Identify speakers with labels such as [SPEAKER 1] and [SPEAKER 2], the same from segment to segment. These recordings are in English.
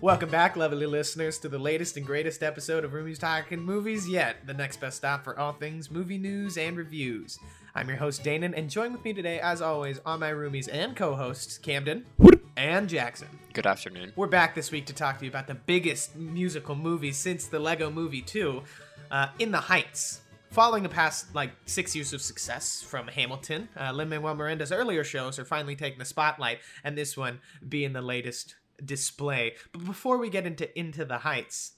[SPEAKER 1] Welcome back, lovely listeners, to the latest and greatest episode of Rumi's Talking Movies Yet, the next best stop for all things movie news and reviews. I'm your host, Danon, and join with me today, as always, on my roomies and co hosts, Camden and Jackson.
[SPEAKER 2] Good afternoon.
[SPEAKER 1] We're back this week to talk to you about the biggest musical movie since the Lego Movie 2, uh, In the Heights. Following the past like six years of success from Hamilton, uh, Lin Manuel Miranda's earlier shows are finally taking the spotlight, and this one being the latest display. But before we get into Into the Heights,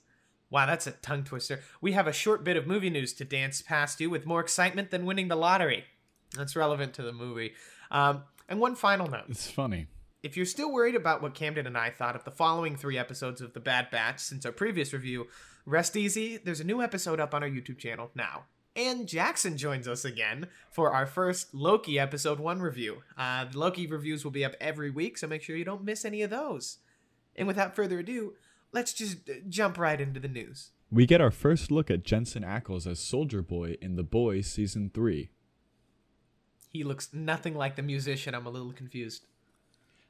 [SPEAKER 1] wow, that's a tongue twister. We have a short bit of movie news to dance past you with more excitement than winning the lottery. That's relevant to the movie. Um, and one final note.
[SPEAKER 3] It's funny.
[SPEAKER 1] If you're still worried about what Camden and I thought of the following three episodes of The Bad Batch since our previous review, rest easy. There's a new episode up on our YouTube channel now. And Jackson joins us again for our first Loki episode one review. Uh, the Loki reviews will be up every week, so make sure you don't miss any of those. And without further ado, let's just uh, jump right into the news.
[SPEAKER 3] We get our first look at Jensen Ackles as Soldier Boy in The Boys season three.
[SPEAKER 1] He looks nothing like the musician. I'm a little confused.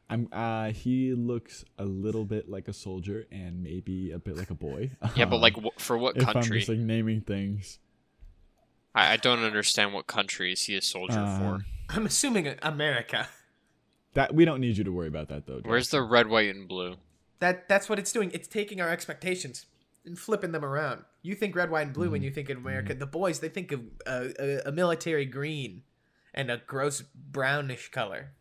[SPEAKER 3] I'm uh he looks a little bit like a soldier and maybe a bit like a boy.
[SPEAKER 2] Yeah, but
[SPEAKER 3] Um,
[SPEAKER 2] like wh- for what
[SPEAKER 3] if I'm
[SPEAKER 2] country?
[SPEAKER 3] just like naming things.
[SPEAKER 2] I, I don't understand what country is he a soldier for.
[SPEAKER 3] Um,
[SPEAKER 1] I'm assuming uh, America.
[SPEAKER 3] That we don't need you to worry about that though.
[SPEAKER 2] Where's the red, white, and blue?
[SPEAKER 1] That that's what it's doing. It's taking our expectations and flipping them around. You think red, white, and blue when you think of America. The boys they think of uh, a, a military green and a gross brownish color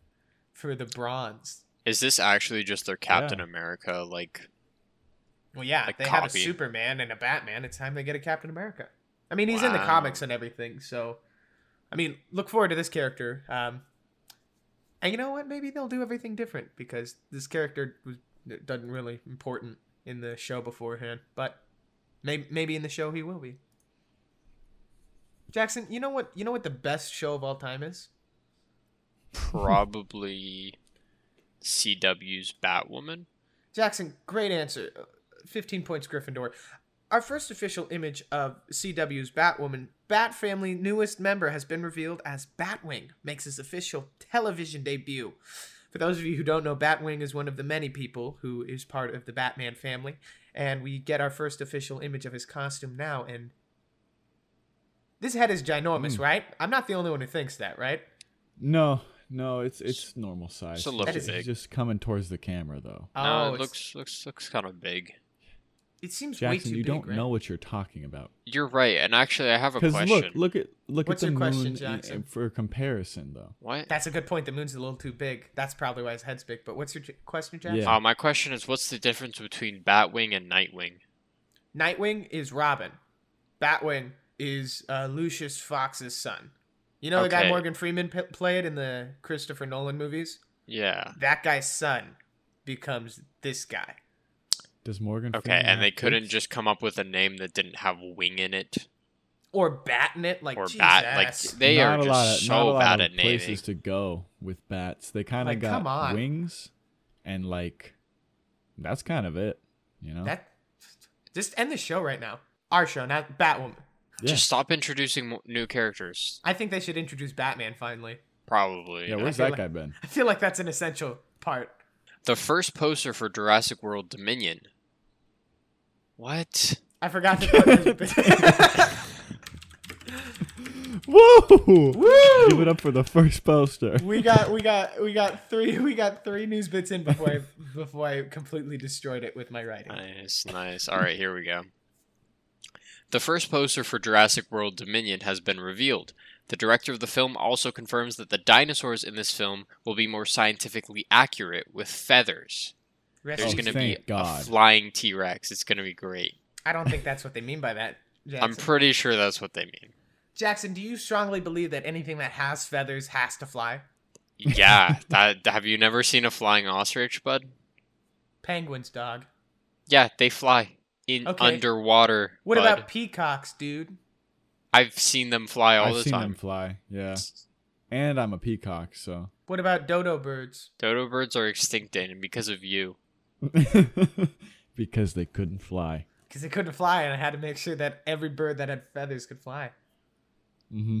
[SPEAKER 1] for the bronze.
[SPEAKER 2] Is this actually just their Captain
[SPEAKER 3] Yeah.
[SPEAKER 2] America? Like,
[SPEAKER 1] Well, yeah,
[SPEAKER 2] Like
[SPEAKER 1] they have a
[SPEAKER 2] copy.
[SPEAKER 1] Superman and a Batman. It's time they get a Captain America. I mean, he's in the
[SPEAKER 2] Wow.
[SPEAKER 1] comics and everything, so I mean, look forward to this character. Um, and you know what? Maybe they'll do everything different because this character was doesn't really important in the show beforehand, but maybe maybe in the show he will be. Jackson, you know what? You know what the best show of all time is?
[SPEAKER 2] probably CW's Batwoman?
[SPEAKER 1] Jackson, great answer. 15 points Gryffindor. Our first official image of CW's Batwoman, Bat Family newest member, has been revealed as Batwing, makes his official television debut. For those of you who don't know, Batwing is one of the many people who is part of the Batman family, and we get our first official image of his costume now. And this head is ginormous,
[SPEAKER 3] Mm.
[SPEAKER 1] right? I'm not the only one who thinks that, right?
[SPEAKER 3] No, no, it's it's normal size.
[SPEAKER 2] a little
[SPEAKER 3] He's-
[SPEAKER 1] bit.
[SPEAKER 3] he's just coming towards the camera though.
[SPEAKER 2] no, it
[SPEAKER 1] Oh, it's-
[SPEAKER 2] looks looks looks kind of big.
[SPEAKER 1] It seems way
[SPEAKER 3] Jackson,
[SPEAKER 1] too
[SPEAKER 3] you
[SPEAKER 1] big,
[SPEAKER 3] don't
[SPEAKER 1] right?
[SPEAKER 3] know what you're talking about.
[SPEAKER 2] You're right, and actually, I have a
[SPEAKER 3] Because
[SPEAKER 2] question.
[SPEAKER 3] look, look at look
[SPEAKER 1] What's
[SPEAKER 3] at the
[SPEAKER 1] your question,
[SPEAKER 3] moon and-
[SPEAKER 1] Jackson?
[SPEAKER 3] and for comparison though.
[SPEAKER 2] what?
[SPEAKER 1] That's a good point. The moon's a little too big. That's probably why his head's big. But what's your j- question, Jack?
[SPEAKER 3] Yeah.
[SPEAKER 2] Uh, my question is, what's the difference between Batwing and Nightwing?
[SPEAKER 1] Nightwing is Robin. Batwing is uh, Lucius Fox's son. You know the guy
[SPEAKER 2] Okay.
[SPEAKER 1] Morgan Freeman p- played in the Christopher Nolan movies?
[SPEAKER 2] Yeah.
[SPEAKER 1] That guy's son becomes this guy.
[SPEAKER 3] Does Morgan
[SPEAKER 2] Okay,
[SPEAKER 3] Freeman
[SPEAKER 2] and they
[SPEAKER 3] have
[SPEAKER 2] couldn't
[SPEAKER 3] tits?
[SPEAKER 2] just come up with a name that didn't have wing in it
[SPEAKER 1] Or batting it like
[SPEAKER 2] or
[SPEAKER 1] Jesus.
[SPEAKER 2] bat. Like they
[SPEAKER 3] Not
[SPEAKER 2] are
[SPEAKER 3] a
[SPEAKER 2] just
[SPEAKER 3] lot of- not a
[SPEAKER 2] so
[SPEAKER 3] lot
[SPEAKER 2] bad
[SPEAKER 3] of
[SPEAKER 2] at naming.
[SPEAKER 3] places to go with bats. They kind of
[SPEAKER 1] Like, come
[SPEAKER 3] got
[SPEAKER 1] on.
[SPEAKER 3] wings and like that's kind of it, you know.
[SPEAKER 1] that just end the show right now. Our show, not Batwoman.
[SPEAKER 3] yeah.
[SPEAKER 2] Just stop introducing mo- new characters.
[SPEAKER 1] I think they should introduce Batman finally.
[SPEAKER 2] Probably.
[SPEAKER 3] yeah,
[SPEAKER 2] Yeah.
[SPEAKER 3] where's
[SPEAKER 1] feel
[SPEAKER 3] that
[SPEAKER 1] like-
[SPEAKER 3] guy been?
[SPEAKER 1] I feel like that's an essential part.
[SPEAKER 2] The first poster for Jurassic World Dominion. What?
[SPEAKER 1] I forgot to put
[SPEAKER 3] Woo!
[SPEAKER 1] Woo!
[SPEAKER 3] Give it up for the first poster.
[SPEAKER 1] we got we got we got three we got three news bits in before I, before I completely destroyed it with my writing.
[SPEAKER 2] Nice, nice. All right, here we go. The first poster for Jurassic World Dominion has been revealed. The director of the film also confirms that the dinosaurs in this film will be more scientifically accurate with feathers.
[SPEAKER 1] Rest
[SPEAKER 2] There's
[SPEAKER 1] in
[SPEAKER 2] going to be
[SPEAKER 3] Oh, thank
[SPEAKER 2] a
[SPEAKER 3] God.
[SPEAKER 2] flying T Rex. It's going to be great.
[SPEAKER 1] I don't think that's what they mean by that. Jackson.
[SPEAKER 2] I'm pretty sure that's what they mean.
[SPEAKER 1] Jackson, do you strongly believe that anything that has feathers has to fly?
[SPEAKER 2] Yeah, that, have you never seen a flying ostrich, bud?
[SPEAKER 1] Penguins, dog.
[SPEAKER 2] Yeah, they fly in
[SPEAKER 1] Okay.
[SPEAKER 2] underwater.
[SPEAKER 1] What
[SPEAKER 2] bud.
[SPEAKER 1] about peacocks, dude?
[SPEAKER 2] I've seen them fly all
[SPEAKER 3] I've
[SPEAKER 2] the
[SPEAKER 3] seen
[SPEAKER 2] time.
[SPEAKER 3] them fly. Yeah, and I'm a peacock, so.
[SPEAKER 1] What about dodo birds?
[SPEAKER 2] Dodo birds are extinct, and because of you.
[SPEAKER 3] because they couldn't fly.
[SPEAKER 1] Because they couldn't fly, and I had to make sure that every bird that had feathers could fly.
[SPEAKER 3] Mm-hmm. hmm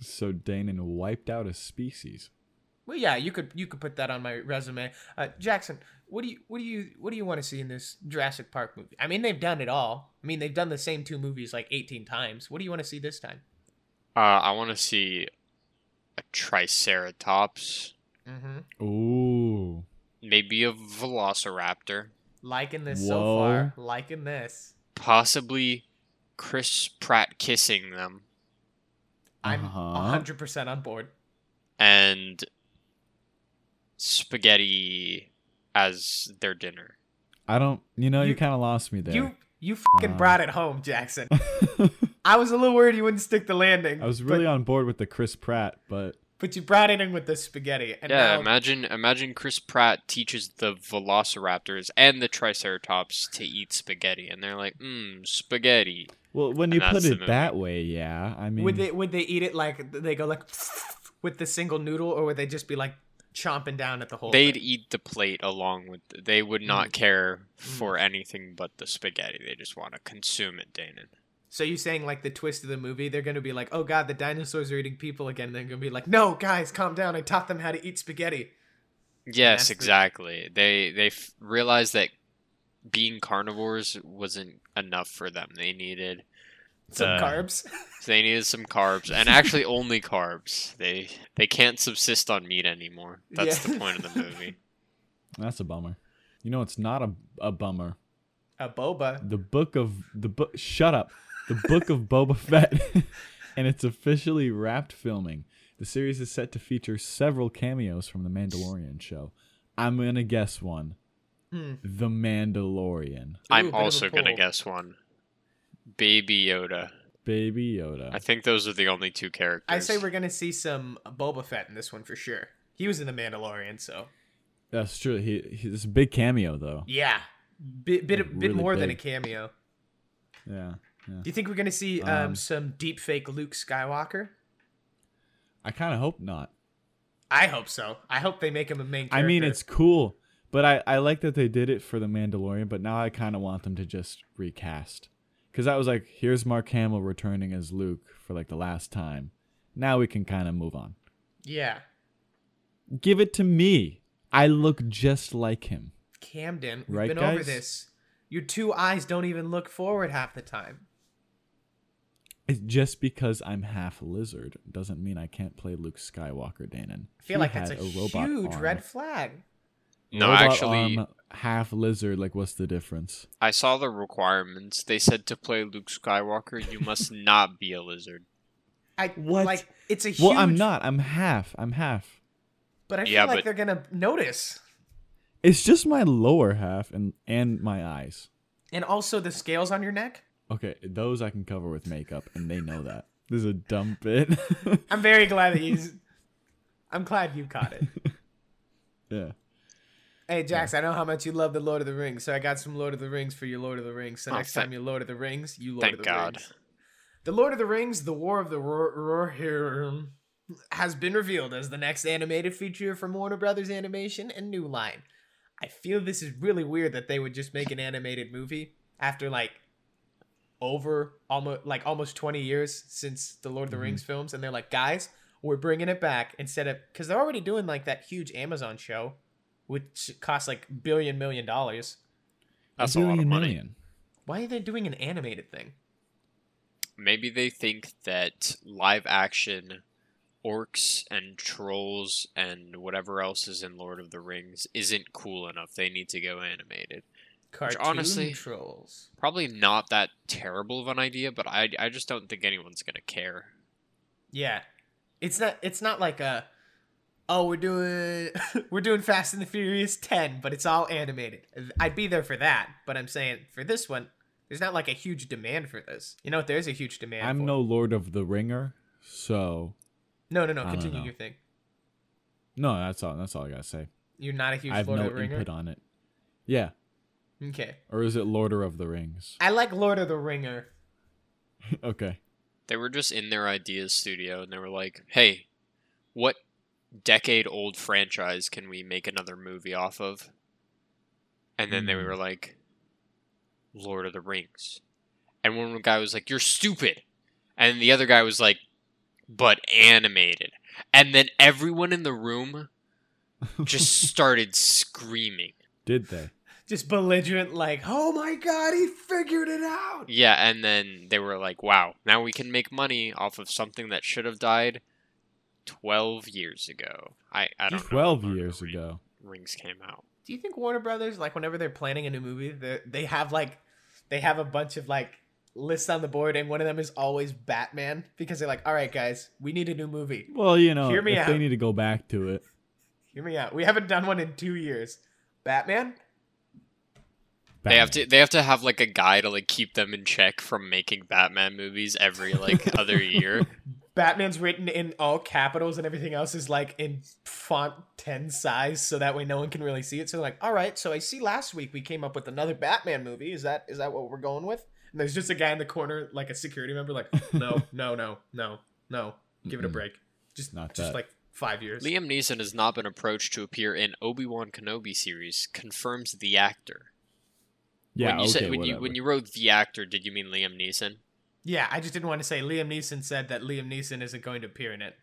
[SPEAKER 3] So Danon wiped out a species.
[SPEAKER 1] Well, yeah, you could you could put that on my resume. Uh, Jackson, what do you what do you what do you want to see in this Jurassic Park movie? I mean, they've done it all. I mean, they've done the same two movies like 18 times. What do you want to see this time?
[SPEAKER 2] Uh, I want to see a Triceratops,
[SPEAKER 1] Mm-hmm.
[SPEAKER 3] Ooh.
[SPEAKER 2] maybe a Velociraptor,
[SPEAKER 1] Liking this so
[SPEAKER 3] Whoa.
[SPEAKER 1] far. Liking this.
[SPEAKER 2] possibly Chris Pratt kissing them,
[SPEAKER 1] I'm a
[SPEAKER 3] Uh-huh.
[SPEAKER 1] 100% on board.
[SPEAKER 2] and spaghetti as their dinner.
[SPEAKER 3] I don't. You know, you,
[SPEAKER 1] You-
[SPEAKER 3] kind of lost me there.
[SPEAKER 1] You you fucking
[SPEAKER 3] Uh.
[SPEAKER 1] brought it home, Jackson. I was a little worried you wouldn't stick the landing.
[SPEAKER 3] I was
[SPEAKER 1] but-
[SPEAKER 3] really on board with the Chris Pratt, but
[SPEAKER 1] but you brought it in with the spaghetti. And
[SPEAKER 2] yeah,
[SPEAKER 1] now-
[SPEAKER 2] imagine imagine Chris Pratt teaches the Velociraptors and the Triceratops to eat spaghetti, and they're like, "Mmm, spaghetti."
[SPEAKER 3] well, when
[SPEAKER 2] And
[SPEAKER 3] you
[SPEAKER 2] that's
[SPEAKER 3] put
[SPEAKER 2] the
[SPEAKER 3] it
[SPEAKER 2] movie.
[SPEAKER 3] that way, yeah. I mean,
[SPEAKER 1] would they would they eat it like they go like with the single noodle, or would they just be like chomping down at the whole?
[SPEAKER 2] They'd
[SPEAKER 1] thing? Mm.
[SPEAKER 2] eat the plate along with. They would not care for anything but the spaghetti. They just want to consume it, Danon.
[SPEAKER 1] So you saying like the twist of the movie? They're gonna be like, oh god, the dinosaurs are eating people again. They're gonna be like, no, guys, calm down. I taught them how to eat spaghetti. that's
[SPEAKER 2] Yes,
[SPEAKER 1] the-
[SPEAKER 2] exactly. They they f- realized that being carnivores wasn't enough for them. They needed
[SPEAKER 1] Some
[SPEAKER 2] Uh,
[SPEAKER 1] carbs.
[SPEAKER 2] they needed some carbs, and actually only carbs. They they can't subsist on meat anymore. That's
[SPEAKER 1] Yeah.
[SPEAKER 2] the point of the movie.
[SPEAKER 3] that's a bummer. You know, it's not a, a bummer.
[SPEAKER 1] A boba.
[SPEAKER 3] The book of the book. Shut up. The book of Boba Fett, and it's officially wrapped filming. The series is set to feature several cameos from the Mandalorian show. I'm gonna guess one.
[SPEAKER 1] Hmm.
[SPEAKER 3] The Mandalorian,
[SPEAKER 1] Ooh, bit
[SPEAKER 2] I'm
[SPEAKER 1] of a
[SPEAKER 2] also gonna
[SPEAKER 1] pull.
[SPEAKER 2] guess one. Baby Yoda.
[SPEAKER 3] Baby Yoda.
[SPEAKER 2] I think those are the only two characters.
[SPEAKER 1] I say we're gonna see some Boba Fett in this one for sure. He was in the Mandalorian, so
[SPEAKER 3] That's true. He, he it's a big cameo though.
[SPEAKER 1] yeah, bit bit, bit
[SPEAKER 3] Really
[SPEAKER 1] more than a
[SPEAKER 3] big.
[SPEAKER 1] cameo.
[SPEAKER 3] Yeah.
[SPEAKER 1] Do you think we're gonna see um,
[SPEAKER 3] Um,
[SPEAKER 1] some deep fake Luke Skywalker?
[SPEAKER 3] I kind of hope not.
[SPEAKER 1] I hope so. I hope they make him a main.
[SPEAKER 3] I
[SPEAKER 1] character.
[SPEAKER 3] mean, it's cool, but I I like that they did it for the Mandalorian. But now I kind of want them to just recast, because I was like, here's Mark Hamill returning as Luke for like the last time. Now we can kind of move on.
[SPEAKER 1] yeah,
[SPEAKER 3] Give it to me. I look just like him.
[SPEAKER 1] Camden. We've
[SPEAKER 3] Right,
[SPEAKER 1] been over
[SPEAKER 3] guys?
[SPEAKER 1] this. Your two eyes don't even look forward half the time.
[SPEAKER 3] It's just because I'm half lizard doesn't mean I can't play Luke Skywalker, Danon.
[SPEAKER 1] I feel
[SPEAKER 3] He
[SPEAKER 1] like that's a,
[SPEAKER 3] had
[SPEAKER 1] huge
[SPEAKER 3] arm.
[SPEAKER 1] red flag.
[SPEAKER 2] No,
[SPEAKER 3] Robot
[SPEAKER 2] actually,
[SPEAKER 3] arm, half lizard. Like, what's the difference?
[SPEAKER 2] I saw the requirements. They said to play Luke Skywalker, you must not be a lizard.
[SPEAKER 1] I
[SPEAKER 3] What?
[SPEAKER 1] like it's a huge.
[SPEAKER 3] Well, I'm not. I'm half. I'm half.
[SPEAKER 1] But I feel
[SPEAKER 2] Yeah,
[SPEAKER 1] like
[SPEAKER 2] but-
[SPEAKER 1] they're gonna notice.
[SPEAKER 3] It's just my lower half and and my eyes.
[SPEAKER 1] And also the scales on your neck.
[SPEAKER 3] Okay, those I can cover with makeup, and they know that. This is a dumb bit.
[SPEAKER 1] I'm very glad that you. I'm glad you caught it.
[SPEAKER 3] yeah.
[SPEAKER 1] Hey Jax, I know how much you love the Lord of the Rings, so I got some Lord of the Rings for your Lord of the Rings. So
[SPEAKER 2] Oh,
[SPEAKER 1] next
[SPEAKER 2] thank-
[SPEAKER 1] time you Lord of the Rings, you Lord
[SPEAKER 2] thank
[SPEAKER 1] of the
[SPEAKER 2] God.
[SPEAKER 1] Rings. The Lord of the Rings: The War of the Rohirrim has been revealed as the next animated feature from Warner Brothers Animation and New Line. I feel this is really weird that they would just make an animated movie after like over almost like almost 20 years since the Lord of the
[SPEAKER 3] Mhm.
[SPEAKER 1] Rings films and they're like, "Guys, we're bringing it back instead of cuz they're already doing like that huge Amazon show which costs like billion million dollars.
[SPEAKER 2] That's a lot of
[SPEAKER 3] Billion
[SPEAKER 2] money.
[SPEAKER 3] million.
[SPEAKER 1] Why are they doing an animated thing?
[SPEAKER 2] Maybe they think that live action orcs and trolls and whatever else is in Lord of the Rings isn't cool enough. They need to go animated.
[SPEAKER 1] Cartoon
[SPEAKER 2] honestly-
[SPEAKER 1] trolls.
[SPEAKER 2] Probably not that terrible of an idea, but I, I just don't think anyone's going to care.
[SPEAKER 1] Yeah. It's not it's not like a oh we're doing we're doing Fast and the Furious 10, but it's all animated. I'd be there for that, but I'm saying for this one, there's not like a huge demand for this. You know what? There's a huge demand.
[SPEAKER 3] I'm
[SPEAKER 1] for.
[SPEAKER 3] no Lord of the Ringer, so
[SPEAKER 1] no no no.
[SPEAKER 3] I don't
[SPEAKER 1] Continue
[SPEAKER 3] know.
[SPEAKER 1] your thing.
[SPEAKER 3] no. That's all. That's all I gotta say.
[SPEAKER 1] You're not a huge
[SPEAKER 3] I have
[SPEAKER 1] Lord
[SPEAKER 3] no
[SPEAKER 1] of the Ringer.
[SPEAKER 3] input on it. Yeah,
[SPEAKER 1] Okay.
[SPEAKER 3] or is it Lorder of the Rings?
[SPEAKER 1] I like Lord of the Ringer.
[SPEAKER 3] okay.
[SPEAKER 2] They were just in their ideas studio and they were like, hey, what decade old franchise can we make another movie off of? And then they
[SPEAKER 3] Hmm.
[SPEAKER 2] were like, Lord of the Rings. And one guy was like, you're stupid. And the other guy was like, but animated. And then everyone in the room just started screaming.
[SPEAKER 3] Did they?
[SPEAKER 1] Just belligerent, like, oh my god, he figured it out.
[SPEAKER 2] Yeah, and then they were like, wow, now we can make money off of something that should have died 12 years ago. I, I don't know.
[SPEAKER 3] Twelve
[SPEAKER 2] when
[SPEAKER 3] years
[SPEAKER 2] Lord of the
[SPEAKER 3] ago.
[SPEAKER 2] Rings came out.
[SPEAKER 1] Do you think Warner Brothers, like, whenever they're planning a new movie, they they have like, they have a bunch of like lists on the board, and one of them is always Batman because they're like, all right, guys, we need a new movie.
[SPEAKER 3] Well, you know,
[SPEAKER 1] Hear me
[SPEAKER 3] if they
[SPEAKER 1] out.
[SPEAKER 3] need to go back to it,
[SPEAKER 1] Hear me out. We haven't done one in two years. Batman.
[SPEAKER 2] They have
[SPEAKER 3] Batman.
[SPEAKER 2] to they have to have like a guy to like keep them in check from making Batman movies every like other year.
[SPEAKER 1] Batman's written in all capitals and everything else is like in font 10 size so that way no one can really see it. So like, all right, so I see last week we came up with another Batman movie. Is that is that what we're going with? And there's just a guy in the corner like a security member like, "No, no, no, no, no. Give it a
[SPEAKER 3] Mm-mm.
[SPEAKER 1] break." Just
[SPEAKER 3] Not
[SPEAKER 1] just
[SPEAKER 3] that.
[SPEAKER 1] like 5 years.
[SPEAKER 2] Liam Neeson has not been approached to appear in Obi-Wan Kenobi series, confirms the actor.
[SPEAKER 3] Yeah,
[SPEAKER 2] when you
[SPEAKER 3] okay,
[SPEAKER 2] said when you when
[SPEAKER 3] whatever.
[SPEAKER 2] you wrote the actor, did you mean Liam Neeson?
[SPEAKER 1] yeah, I just didn't want to say Liam Neeson said that Liam Neeson isn't going to appear in it.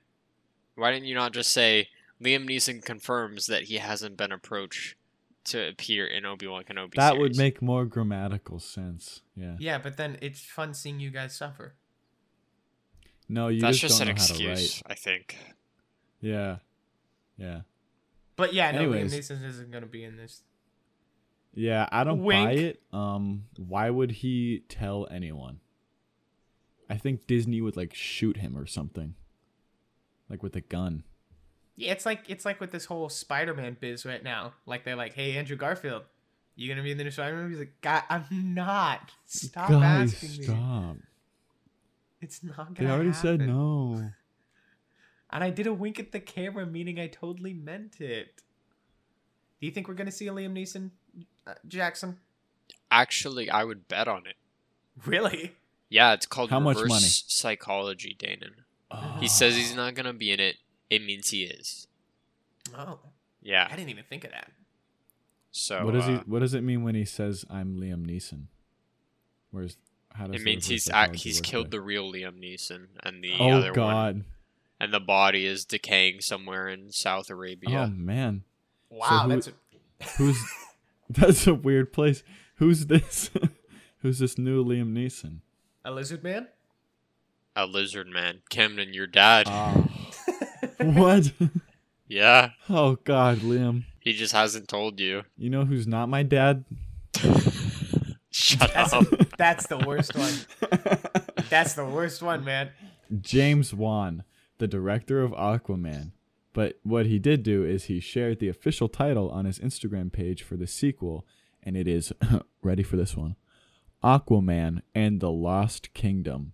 [SPEAKER 2] Why didn't you not just say Liam Neeson confirms that he hasn't been approached to appear in Obi-Wan Kenobi
[SPEAKER 3] that
[SPEAKER 2] series?
[SPEAKER 3] would make more grammatical sense. Yeah.
[SPEAKER 1] Yeah, but then it's fun seeing you guys suffer.
[SPEAKER 3] No, you
[SPEAKER 2] That's
[SPEAKER 3] just,
[SPEAKER 2] just,
[SPEAKER 3] don't
[SPEAKER 2] an
[SPEAKER 3] know how to
[SPEAKER 2] excuse,
[SPEAKER 3] write.
[SPEAKER 2] I think.
[SPEAKER 3] Yeah. Yeah.
[SPEAKER 1] But yeah, no,
[SPEAKER 3] Anyways.
[SPEAKER 1] Liam Neeson isn't going to be in this.
[SPEAKER 3] Yeah, I don't buy
[SPEAKER 1] Wink.
[SPEAKER 3] it. Um, why would he tell anyone? I think Disney would like shoot him or something, like with a gun.
[SPEAKER 1] Yeah, it's like it's like with this whole Spider-Man biz right now. Like they're like, "Hey, Andrew Garfield, you gonna be in the new Spider-Man?" movie?" He's like, "God, I'm not. Stop
[SPEAKER 3] Guys,
[SPEAKER 1] asking me.
[SPEAKER 3] stop!
[SPEAKER 1] It's not
[SPEAKER 3] They
[SPEAKER 1] gonna."
[SPEAKER 3] already said
[SPEAKER 1] happen."
[SPEAKER 3] no.
[SPEAKER 1] And I did a wink at the camera, meaning I totally meant it. Do you think we're gonna see a Liam Neeson, uh, Jackson?
[SPEAKER 2] Actually, I would bet on it.
[SPEAKER 1] Really?
[SPEAKER 2] Yeah, it's called
[SPEAKER 3] How much
[SPEAKER 2] reverse
[SPEAKER 3] money? Ah.
[SPEAKER 2] psychology, Danon. He says he's not gonna be in it. It means he is.
[SPEAKER 1] Oh, I
[SPEAKER 2] Yeah.
[SPEAKER 1] didn't even think of that.
[SPEAKER 2] So
[SPEAKER 3] what does he?
[SPEAKER 2] uh,
[SPEAKER 3] What does it mean when he says I'm Liam Neeson? Where's how does
[SPEAKER 2] it
[SPEAKER 3] the
[SPEAKER 2] means
[SPEAKER 3] reverse
[SPEAKER 2] he's act,
[SPEAKER 3] psychology
[SPEAKER 2] he's
[SPEAKER 3] work
[SPEAKER 2] killed
[SPEAKER 3] there?
[SPEAKER 2] the real Liam Neeson and the
[SPEAKER 3] Oh
[SPEAKER 2] other one,
[SPEAKER 3] God!
[SPEAKER 2] and the body is decaying somewhere in South
[SPEAKER 3] Oh
[SPEAKER 2] Arabia.
[SPEAKER 3] man,
[SPEAKER 1] Wow,
[SPEAKER 3] who-
[SPEAKER 1] that's a,
[SPEAKER 3] who's? that's a weird place. Who's this? who's this new Liam Neeson?
[SPEAKER 1] a lizard man.
[SPEAKER 2] A lizard man, Camden, your dad.
[SPEAKER 3] Oh. Ah. what?
[SPEAKER 2] yeah,
[SPEAKER 3] Oh God, Liam.
[SPEAKER 2] he just hasn't told you.
[SPEAKER 3] You know who's not my dad?
[SPEAKER 2] Shut
[SPEAKER 1] That's
[SPEAKER 3] Um.
[SPEAKER 2] up.
[SPEAKER 1] that's the worst one. That's the worst one, man.
[SPEAKER 3] James Wan, the director of Aquaman. But what he did do is he shared the official title on his Instagram page for the sequel, and it is ready for this one Aquaman and the Lost Kingdom.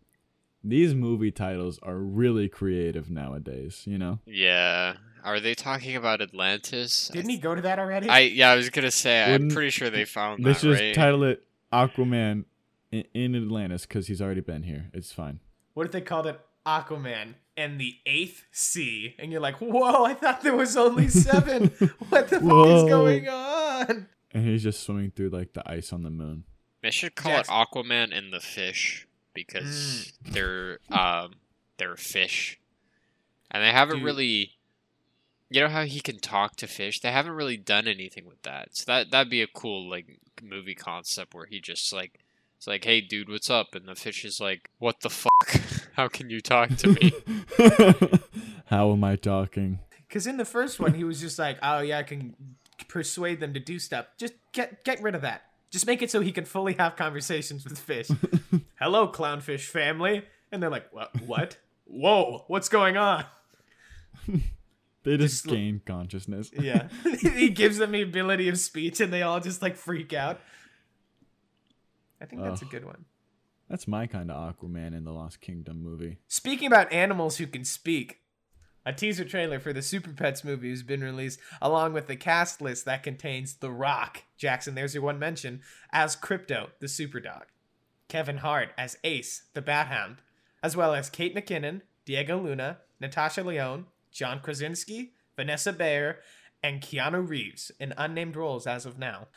[SPEAKER 3] These movie titles are really creative nowadays, you know?
[SPEAKER 2] Yeah. Are they talking about Atlantis?
[SPEAKER 1] Didn't he go to that already?
[SPEAKER 2] I yeah, I was gonna say I'm
[SPEAKER 3] Wouldn't-
[SPEAKER 2] pretty sure they found
[SPEAKER 3] Let's
[SPEAKER 2] that
[SPEAKER 3] just
[SPEAKER 2] right.
[SPEAKER 3] title it Aquaman in, in Atlantis because he's already been here. It's fine.
[SPEAKER 1] What if they called it Aquaman and the Eighth Sea? And you're like, whoa, I thought there was only seven. what the fuck
[SPEAKER 3] Whoa.
[SPEAKER 1] is going on?
[SPEAKER 3] And he's just swimming through like the ice on the moon.
[SPEAKER 2] They should call
[SPEAKER 1] Jackson.
[SPEAKER 2] it Aquaman and the Fish because
[SPEAKER 1] Mm.
[SPEAKER 2] they're um they're fish, and they haven't
[SPEAKER 1] Dude.
[SPEAKER 2] really. You know how he can talk to fish? They haven't really done anything with that. So that that'd be a cool like movie concept where he just like it's like, "Hey dude, what's up?" and the fish is like, "What the fuck? how can you talk to me?"
[SPEAKER 3] How am I talking?
[SPEAKER 1] Because in the first one, he was just like, oh, yeah, I can persuade them to do stuff. Just get, get rid of that. Just make it so he can fully have conversations with fish. Hello, clownfish family. And they're like, what? what? Whoa, what's going on?
[SPEAKER 3] They just,
[SPEAKER 1] Just l-
[SPEAKER 3] gain consciousness.
[SPEAKER 1] Yeah. he gives them the ability of speech and they all just like freak out. I think that's a
[SPEAKER 3] Ugh.
[SPEAKER 1] good one.
[SPEAKER 3] That's my kind of Aquaman in the Lost Kingdom movie.
[SPEAKER 1] Speaking about animals who can speak, a teaser trailer for the Super Pets movie has been released, along with the cast list that contains The Rock, Jackson, there's your one mention, as Crypto, the Super Dog, Kevin Hart as Ace, the Bat Hound, as well as Kate McKinnon, Diego Luna, Natasha Leone, John Krasinski, Vanessa Bayer, and Keanu Reeves in unnamed roles as of now.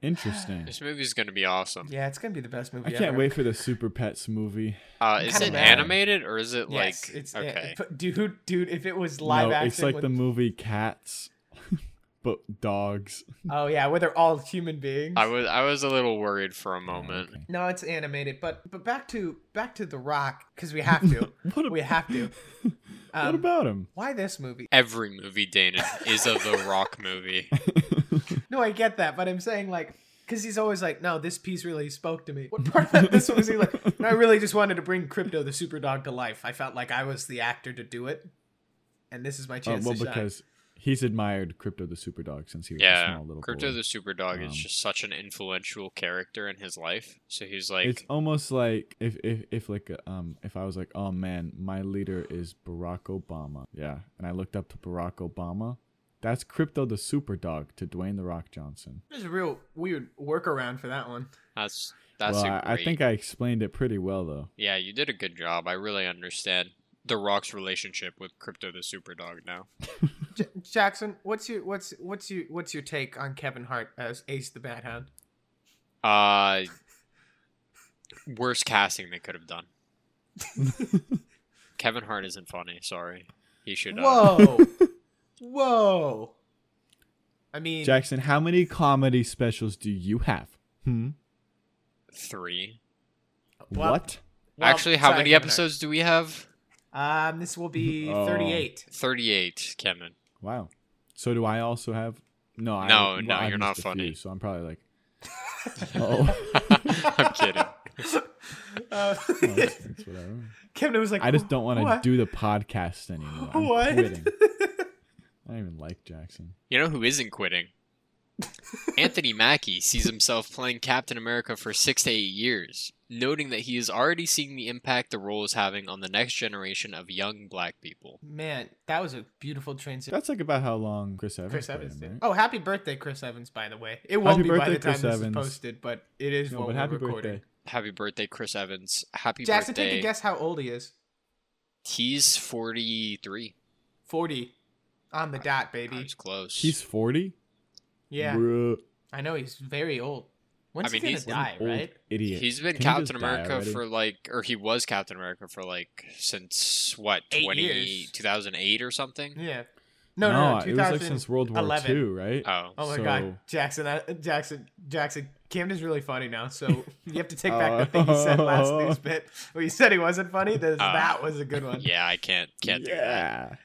[SPEAKER 3] Interesting.
[SPEAKER 2] This movie's gonna be awesome.
[SPEAKER 1] Yeah, it's gonna be the best movie
[SPEAKER 3] I can't
[SPEAKER 1] ever.
[SPEAKER 3] wait for the Super Pets movie.
[SPEAKER 2] Uh,
[SPEAKER 1] I'm
[SPEAKER 2] is
[SPEAKER 1] kinda
[SPEAKER 2] it
[SPEAKER 1] mad.
[SPEAKER 2] animated or is it
[SPEAKER 1] Yes,
[SPEAKER 2] like
[SPEAKER 1] it's
[SPEAKER 2] okay?
[SPEAKER 1] dude, dude. If it was live
[SPEAKER 3] no,
[SPEAKER 1] action,
[SPEAKER 3] it's like
[SPEAKER 1] with-
[SPEAKER 3] the movie Cats. but dogs.
[SPEAKER 1] Oh yeah, where they're all human beings.
[SPEAKER 2] I was I was a little worried for a moment.
[SPEAKER 3] Oh, Okay.
[SPEAKER 1] no, it's animated, but but back to back to The Rock because we have to.
[SPEAKER 3] What ab-
[SPEAKER 1] we have to.
[SPEAKER 3] what
[SPEAKER 1] Um,
[SPEAKER 3] about him?
[SPEAKER 1] why this movie?
[SPEAKER 2] Every movie Dana is a The Rock movie.
[SPEAKER 1] No, I get that, but I'm saying like because he's always like, no, this piece really spoke to me. What part of this one was he like? "No, I really just wanted to bring Crypto the Super Dog to life. I felt like I was the actor to do it, and this is my
[SPEAKER 3] Uh,
[SPEAKER 1] chance.
[SPEAKER 3] well,
[SPEAKER 1] to shine.
[SPEAKER 3] because he's admired Crypto the Superdog since he was a
[SPEAKER 2] Yeah,
[SPEAKER 3] small little
[SPEAKER 2] Crypto
[SPEAKER 3] Oh, boy.
[SPEAKER 2] the Superdog is
[SPEAKER 3] Um,
[SPEAKER 2] just such an influential character in his life. So he's like,
[SPEAKER 3] it's almost like if, if if like uh, um if I was like oh man my leader is Barack Obama yeah and I looked up to Barack Obama that's crypto the super dog to Dwayne the Rock Johnson
[SPEAKER 1] there's a real weird workaround for that one.
[SPEAKER 2] that's that's.
[SPEAKER 3] well
[SPEAKER 2] a
[SPEAKER 3] I, I
[SPEAKER 2] great-
[SPEAKER 3] think I explained it pretty well though
[SPEAKER 2] Yeah, you did a good job. I really understand The Rock's relationship with Crypto the Superdog now.
[SPEAKER 1] J- Jackson, what's your what's what's your what's your take on Kevin Hart as Ace the Bat Hound?
[SPEAKER 2] Uh worst casting they could have done. Kevin Hart isn't funny, sorry. He should uh,
[SPEAKER 1] Whoa, whoa! I mean,
[SPEAKER 3] Jackson how many comedy specials do you have hmm
[SPEAKER 2] three.
[SPEAKER 1] well-
[SPEAKER 3] what
[SPEAKER 1] well,
[SPEAKER 2] Actually, how
[SPEAKER 1] sorry,
[SPEAKER 2] many
[SPEAKER 1] Kevin Hart.
[SPEAKER 2] episodes do we have?
[SPEAKER 1] Um, this will be
[SPEAKER 3] Oh.
[SPEAKER 1] 38.
[SPEAKER 2] 38, Kevin.
[SPEAKER 3] wow so do I also have no I,
[SPEAKER 2] No,
[SPEAKER 3] well,
[SPEAKER 2] no,
[SPEAKER 3] I
[SPEAKER 2] you're not
[SPEAKER 3] missed a few,
[SPEAKER 2] funny.
[SPEAKER 3] so I'm probably like oh
[SPEAKER 2] I'm kidding.
[SPEAKER 1] Uh,
[SPEAKER 3] Well, it's- it's whatever.
[SPEAKER 1] Kevin was like,
[SPEAKER 3] I just don't want to
[SPEAKER 1] "What?"
[SPEAKER 3] do the podcast anymore. I'm
[SPEAKER 1] What?
[SPEAKER 3] quitting. I don't even like Jackson.
[SPEAKER 2] You know who isn't quitting? Anthony Mackie sees himself playing Captain America for six to eight years, noting that he is already seeing the impact the role is having on the next generation of young black people.
[SPEAKER 1] Man, that was a beautiful transition.
[SPEAKER 3] That's like about how long Chris Evans.
[SPEAKER 1] Chris
[SPEAKER 3] played
[SPEAKER 1] Evans.
[SPEAKER 3] him,
[SPEAKER 1] did.
[SPEAKER 3] right?
[SPEAKER 1] Oh, happy birthday, Chris Evans! By the way, it won't
[SPEAKER 3] Happy
[SPEAKER 1] be by
[SPEAKER 3] birthday,
[SPEAKER 1] the time
[SPEAKER 3] Chris
[SPEAKER 1] this is
[SPEAKER 3] Evans.
[SPEAKER 1] posted, but it is
[SPEAKER 3] No,
[SPEAKER 1] when
[SPEAKER 3] but
[SPEAKER 1] we're
[SPEAKER 3] happy
[SPEAKER 1] recording.
[SPEAKER 3] birthday.
[SPEAKER 2] Happy birthday, Chris Evans. Happy
[SPEAKER 1] Jackson,
[SPEAKER 2] birthday.
[SPEAKER 1] take a guess how old he is.
[SPEAKER 2] He's 43.
[SPEAKER 1] 40 on the dot, baby.
[SPEAKER 2] I was close.
[SPEAKER 3] He's forty.
[SPEAKER 1] yeah,
[SPEAKER 3] Bruh,
[SPEAKER 1] I know he's very old. When's
[SPEAKER 2] mean,
[SPEAKER 1] he gonna
[SPEAKER 2] he's-
[SPEAKER 1] die,
[SPEAKER 3] old
[SPEAKER 1] right?
[SPEAKER 3] idiot.
[SPEAKER 2] He's been
[SPEAKER 3] Can he just
[SPEAKER 2] Captain
[SPEAKER 3] die
[SPEAKER 2] America
[SPEAKER 3] already?
[SPEAKER 2] for like, or he was Captain America for like since what,
[SPEAKER 1] Eight
[SPEAKER 2] 20,
[SPEAKER 1] years.
[SPEAKER 2] 2008 or something?
[SPEAKER 1] Yeah. No, no, no.
[SPEAKER 3] it was like since World War
[SPEAKER 1] 2011.
[SPEAKER 3] Two, right?
[SPEAKER 2] Oh.
[SPEAKER 1] Oh my
[SPEAKER 3] So-
[SPEAKER 1] god, Jackson, I, Jackson, Jackson. Camden's really funny now, so you have to take back the thing you said last news bit where you said he wasn't funny. That
[SPEAKER 2] Uh,
[SPEAKER 1] that was a good one.
[SPEAKER 2] Yeah, I can't can't do that.
[SPEAKER 3] yeah.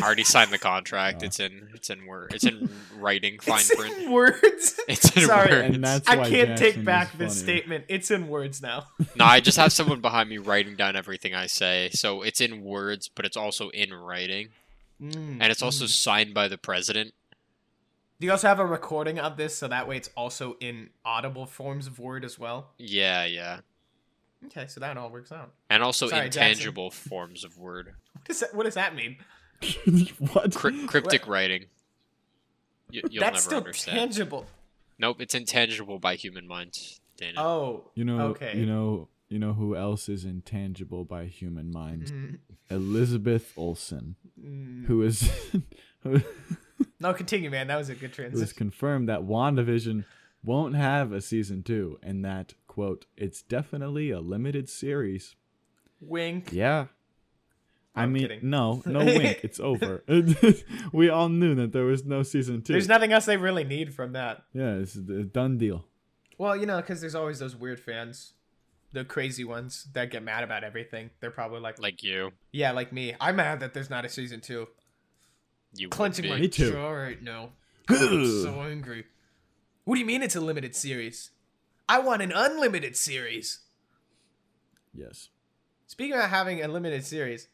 [SPEAKER 2] I already signed the contract.
[SPEAKER 3] Yeah.
[SPEAKER 2] It's in it's in word. It's in writing, fine
[SPEAKER 1] It's
[SPEAKER 2] print.
[SPEAKER 1] in words.
[SPEAKER 2] It's in
[SPEAKER 1] Sorry.
[SPEAKER 2] words.
[SPEAKER 3] And that's
[SPEAKER 1] I
[SPEAKER 3] why
[SPEAKER 1] can't
[SPEAKER 3] Jackson
[SPEAKER 1] take
[SPEAKER 3] is
[SPEAKER 1] back this
[SPEAKER 3] funny.
[SPEAKER 1] statement. It's in words now.
[SPEAKER 2] no, I just have someone behind me writing down everything I say. So it's in words, but it's also in writing,
[SPEAKER 1] Mm,
[SPEAKER 2] and it's also signed by the president.
[SPEAKER 1] Do you also have a recording of this so that way it's also in audible forms of word as well?
[SPEAKER 2] Yeah, yeah,
[SPEAKER 1] Okay, so that all works out.
[SPEAKER 2] and also
[SPEAKER 1] Sorry, Jackson.
[SPEAKER 2] intangible forms of word,
[SPEAKER 1] What does that, what does that mean?
[SPEAKER 3] what?
[SPEAKER 2] Cry- cryptic writing. You, you'll
[SPEAKER 1] That's
[SPEAKER 2] never
[SPEAKER 1] still
[SPEAKER 2] understand.
[SPEAKER 1] tangible.
[SPEAKER 2] nope, it's intangible by human minds, Dana.
[SPEAKER 1] Oh,
[SPEAKER 3] You know.
[SPEAKER 1] Okay.
[SPEAKER 3] You know. You know who else is intangible by human mind?
[SPEAKER 1] Mm,
[SPEAKER 3] Elizabeth Olsen,
[SPEAKER 1] mm.
[SPEAKER 3] who is who
[SPEAKER 1] no, continue, man. That was a good
[SPEAKER 3] it was
[SPEAKER 1] transition.
[SPEAKER 3] confirmed that WandaVision won't have a season two and that, quote, it's definitely a limited series.
[SPEAKER 1] Wink.
[SPEAKER 3] Yeah. I
[SPEAKER 1] I'm
[SPEAKER 3] mean,
[SPEAKER 1] kidding.
[SPEAKER 3] no, no wink. It's over. we all knew that there was no season two.
[SPEAKER 1] There's nothing else they really need from that.
[SPEAKER 3] yeah, it's a done deal.
[SPEAKER 1] Well, you know, because there's always those weird fans, the crazy ones that get mad about everything. They're probably like,
[SPEAKER 2] like you,
[SPEAKER 1] yeah, like me. I'm mad that there's not a season two.
[SPEAKER 2] you would
[SPEAKER 1] Clenching
[SPEAKER 2] be.
[SPEAKER 1] my
[SPEAKER 3] Me too.
[SPEAKER 1] jaw right now. I'm so angry. What do you mean it's a limited series? I want an unlimited series.
[SPEAKER 3] yes.
[SPEAKER 1] Speaking about having a limited series,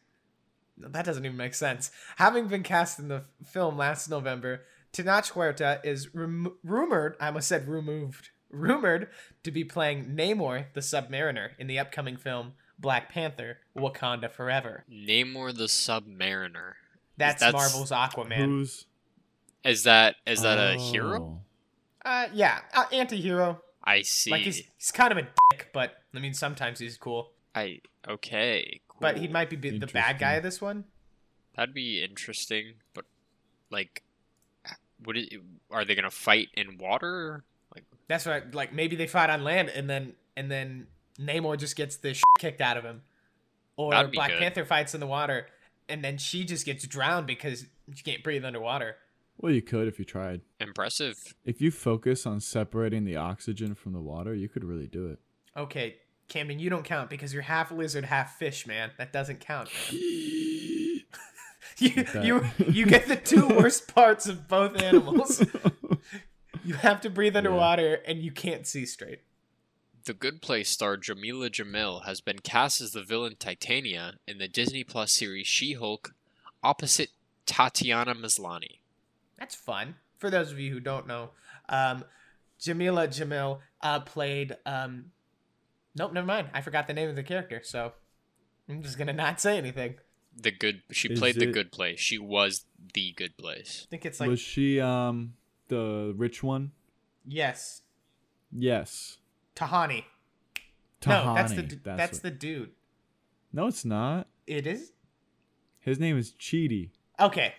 [SPEAKER 1] no, that doesn't even make sense. Having been cast in the f- film last November, Tinach Huerta is rem- rumored, I almost said removed, rumored to be playing Namor the Submariner in the upcoming film Black Panther Wakanda Forever.
[SPEAKER 2] Namor the Submariner.
[SPEAKER 1] That's,
[SPEAKER 2] That's-
[SPEAKER 1] Marvel's Aquaman.
[SPEAKER 3] Who's
[SPEAKER 2] Is that is that a hero?
[SPEAKER 3] Oh.
[SPEAKER 1] Uh, yeah, uh, anti hero.
[SPEAKER 2] I see.
[SPEAKER 1] Like, he's, he's kind of a dick, but I mean, sometimes he's cool.
[SPEAKER 2] I okay. Cool.
[SPEAKER 1] But he might be b- the bad guy
[SPEAKER 3] Interesting.
[SPEAKER 1] of this one.
[SPEAKER 2] That'd be interesting, but like, would it? Are they gonna fight in water? Like,
[SPEAKER 1] That's right. Like maybe they fight on land, and then and then Namor just gets the shit kicked out of him, or
[SPEAKER 2] That'd be
[SPEAKER 1] Black
[SPEAKER 2] good.
[SPEAKER 1] Panther fights in the water, and then she just gets drowned because she can't breathe underwater.
[SPEAKER 3] Well, you could if you tried.
[SPEAKER 2] Impressive.
[SPEAKER 3] If you focus on separating the oxygen from the water, you could really do it.
[SPEAKER 1] Okay, Camden, you don't count because you're half lizard, half fish, man. That doesn't count. man. you,
[SPEAKER 3] that.
[SPEAKER 1] you you get the two worst parts of both animals. You have to breathe underwater and you can't see straight.
[SPEAKER 2] The Good Place star Jamila Jamil has been cast as the villain Titania in the Disney Plus series She Hulk opposite Tatiana Maslany.
[SPEAKER 1] That's fun. For those of you who don't know, um, Jamila Jamil uh, played. Um, nope, never mind. I forgot the name of the character, so I'm just gonna not say anything. I
[SPEAKER 2] The good she
[SPEAKER 3] Is
[SPEAKER 2] played the
[SPEAKER 3] it-
[SPEAKER 2] good place. She was the good place.
[SPEAKER 1] think it's like
[SPEAKER 3] was she um the rich one?
[SPEAKER 1] yes,
[SPEAKER 3] Yes.
[SPEAKER 1] Tahani. No, that's the
[SPEAKER 3] Tahani,
[SPEAKER 1] d- that's,
[SPEAKER 3] what-
[SPEAKER 1] the dude.
[SPEAKER 3] No, it's not.
[SPEAKER 1] It is
[SPEAKER 3] His name is Cheaty.
[SPEAKER 1] okay.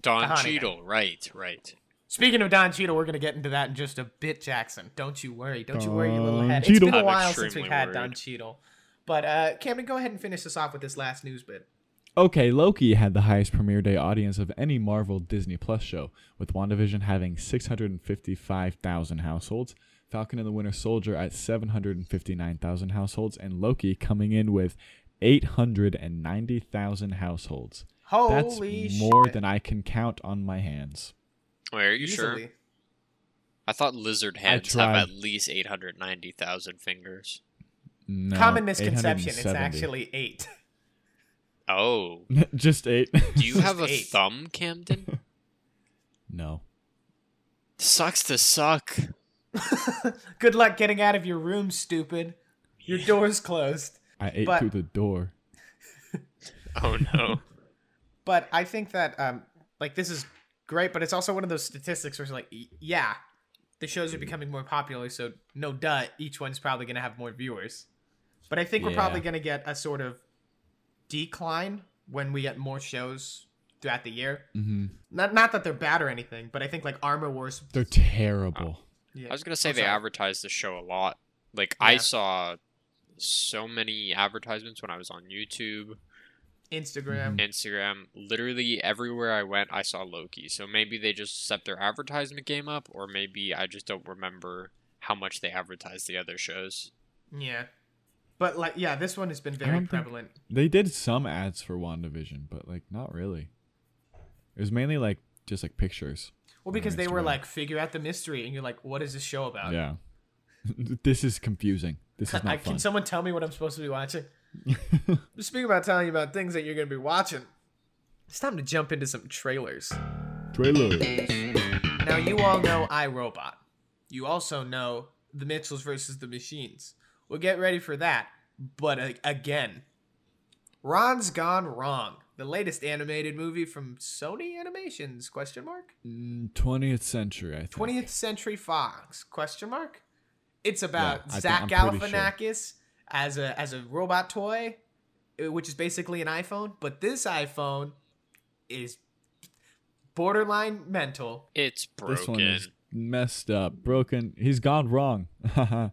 [SPEAKER 2] Don
[SPEAKER 1] Tahani.
[SPEAKER 2] Cheadle, right, right.
[SPEAKER 1] Speaking of Don Cheadle, we're gonna get into that in just a bit, Jackson. Don't you worry. Don't you worry, you little
[SPEAKER 3] Don
[SPEAKER 1] head.
[SPEAKER 3] Cheadle.
[SPEAKER 1] It's been
[SPEAKER 2] I'm
[SPEAKER 1] a while since we've
[SPEAKER 2] extremely
[SPEAKER 1] had Don
[SPEAKER 2] worried.
[SPEAKER 1] Cheadle. But uh, Camden, go ahead and finish us off with this last news bit.
[SPEAKER 3] Okay, Loki had the highest premiere day audience of any Marvel Disney Plus show, with WandaVision having 655,000 households, Falcon and the Winter Soldier at 759,000 households, and Loki coming in with 890,000 households. That's
[SPEAKER 1] Holy
[SPEAKER 3] more
[SPEAKER 1] shit.
[SPEAKER 3] than I can count on my hands.
[SPEAKER 2] Wait, are you sure?
[SPEAKER 1] Easily.
[SPEAKER 2] I thought lizard hands have
[SPEAKER 3] tried.
[SPEAKER 2] at least 890,000 fingers.
[SPEAKER 3] No,
[SPEAKER 1] Common misconception. It's
[SPEAKER 3] 870.
[SPEAKER 1] actually eight.
[SPEAKER 2] Oh.
[SPEAKER 3] just eight.
[SPEAKER 2] Do you have a
[SPEAKER 1] eight.
[SPEAKER 2] thumb, Camden?
[SPEAKER 3] no.
[SPEAKER 2] Sucks to suck.
[SPEAKER 1] Good luck getting out of your room, stupid. Your door's closed.
[SPEAKER 3] I ate
[SPEAKER 1] But-
[SPEAKER 3] through the door.
[SPEAKER 2] Oh no.
[SPEAKER 1] But I think that um, like this is great, but it's also one of those statistics where it's like, y- yeah, the shows are becoming more popular, so no duh, each one's probably gonna have more viewers. But I think we're
[SPEAKER 3] Yeah.
[SPEAKER 1] probably gonna get a sort of decline when we get more shows throughout the year.
[SPEAKER 3] hmm
[SPEAKER 1] Not not that they're bad or anything, but I think like Armor Wars.
[SPEAKER 3] They're terrible.
[SPEAKER 1] Yeah.
[SPEAKER 2] I was gonna say
[SPEAKER 1] I'm
[SPEAKER 2] they
[SPEAKER 1] sorry.
[SPEAKER 2] advertised the show a lot. Like I
[SPEAKER 1] Yeah.
[SPEAKER 2] saw so many advertisements when I was on YouTube,
[SPEAKER 1] Instagram.
[SPEAKER 2] Instagram, literally everywhere I went, I saw Loki. So maybe they just stepped their advertisement game up, or maybe I just don't remember how much they advertised the other shows.
[SPEAKER 1] Yeah. But like yeah, this one has been
[SPEAKER 3] don't
[SPEAKER 1] very
[SPEAKER 3] think-
[SPEAKER 1] prevalent.
[SPEAKER 3] They did some ads for WandaVision, but like not really. It was mainly like just like pictures.
[SPEAKER 1] Well,
[SPEAKER 3] on
[SPEAKER 1] because they were
[SPEAKER 3] Instagram.
[SPEAKER 1] like, figure out the mystery, and you're like, what is this show about?
[SPEAKER 3] yeah. this is confusing. This is
[SPEAKER 1] I,
[SPEAKER 3] not
[SPEAKER 1] can
[SPEAKER 3] fun.
[SPEAKER 1] someone tell me what I'm supposed to be watching? Speaking about telling you about things that you're going to be watching, it's time to jump into some trailers.
[SPEAKER 3] Trailer.
[SPEAKER 1] Now, you all know iRobot. You also know The Mitchells versus the Machines. Well, get ready for that. But uh, again, Ron's Gone Wrong, the latest animated movie from Sony Animations? Question mark.
[SPEAKER 3] Mm, Twentieth century. I think.
[SPEAKER 1] 20th Century Fox? Question mark. It's about
[SPEAKER 3] Yeah, I
[SPEAKER 1] Zach
[SPEAKER 3] think- I'm pretty sure.
[SPEAKER 1] Galifianakis as a as a robot toy, uh, which is basically an iPhone, but this iPhone is borderline mental.
[SPEAKER 2] It's broken.
[SPEAKER 3] This one is messed up, broken. He's gone wrong.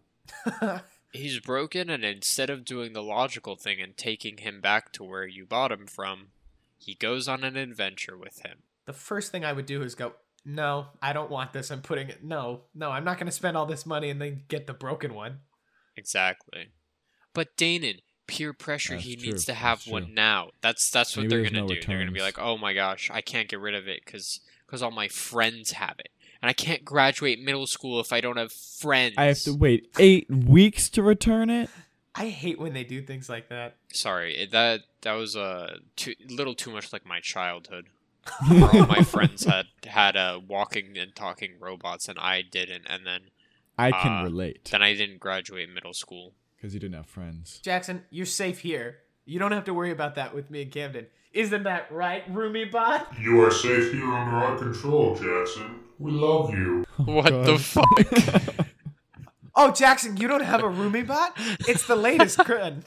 [SPEAKER 2] He's broken, and instead of doing the logical thing and taking him back to where you bought him from, he goes on an adventure with him.
[SPEAKER 1] The first thing I would do is go, "No, I don't want this. I'm putting it No, no, I'm not going to spend all this money and then get the broken one."
[SPEAKER 2] Exactly. But Danon, peer pressure,
[SPEAKER 3] That's
[SPEAKER 2] he
[SPEAKER 3] true,
[SPEAKER 2] needs to
[SPEAKER 3] that's
[SPEAKER 2] have one
[SPEAKER 3] true.
[SPEAKER 2] now. That's that's what
[SPEAKER 3] Maybe
[SPEAKER 2] they're
[SPEAKER 3] there's
[SPEAKER 2] gonna do.
[SPEAKER 3] no
[SPEAKER 2] They're gonna be
[SPEAKER 3] returns.
[SPEAKER 2] like, oh my gosh, I can't get rid of it because all my friends have it, and I can't graduate middle school if I don't have friends.
[SPEAKER 3] I have to wait eight weeks to return it.
[SPEAKER 1] I hate when they do things like that.
[SPEAKER 2] Sorry, it- that that was a uh, too, little too much like my childhood. Where all Oh, my friends had had uh, walking and talking robots, and I didn't, and then
[SPEAKER 3] I can
[SPEAKER 2] Uh,
[SPEAKER 3] relate
[SPEAKER 2] then I didn't graduate middle school.
[SPEAKER 3] because you didn't have friends.
[SPEAKER 1] Jackson, you're safe here. You don't have to worry about that with me and Camden. Isn't that right, Roomie Bot?
[SPEAKER 4] You are safe here under our control, Jackson. We love you.
[SPEAKER 2] what the
[SPEAKER 3] Oh, God.
[SPEAKER 2] fuck?
[SPEAKER 1] Oh, Jackson, you don't have a roomie bot? It's the latest trend.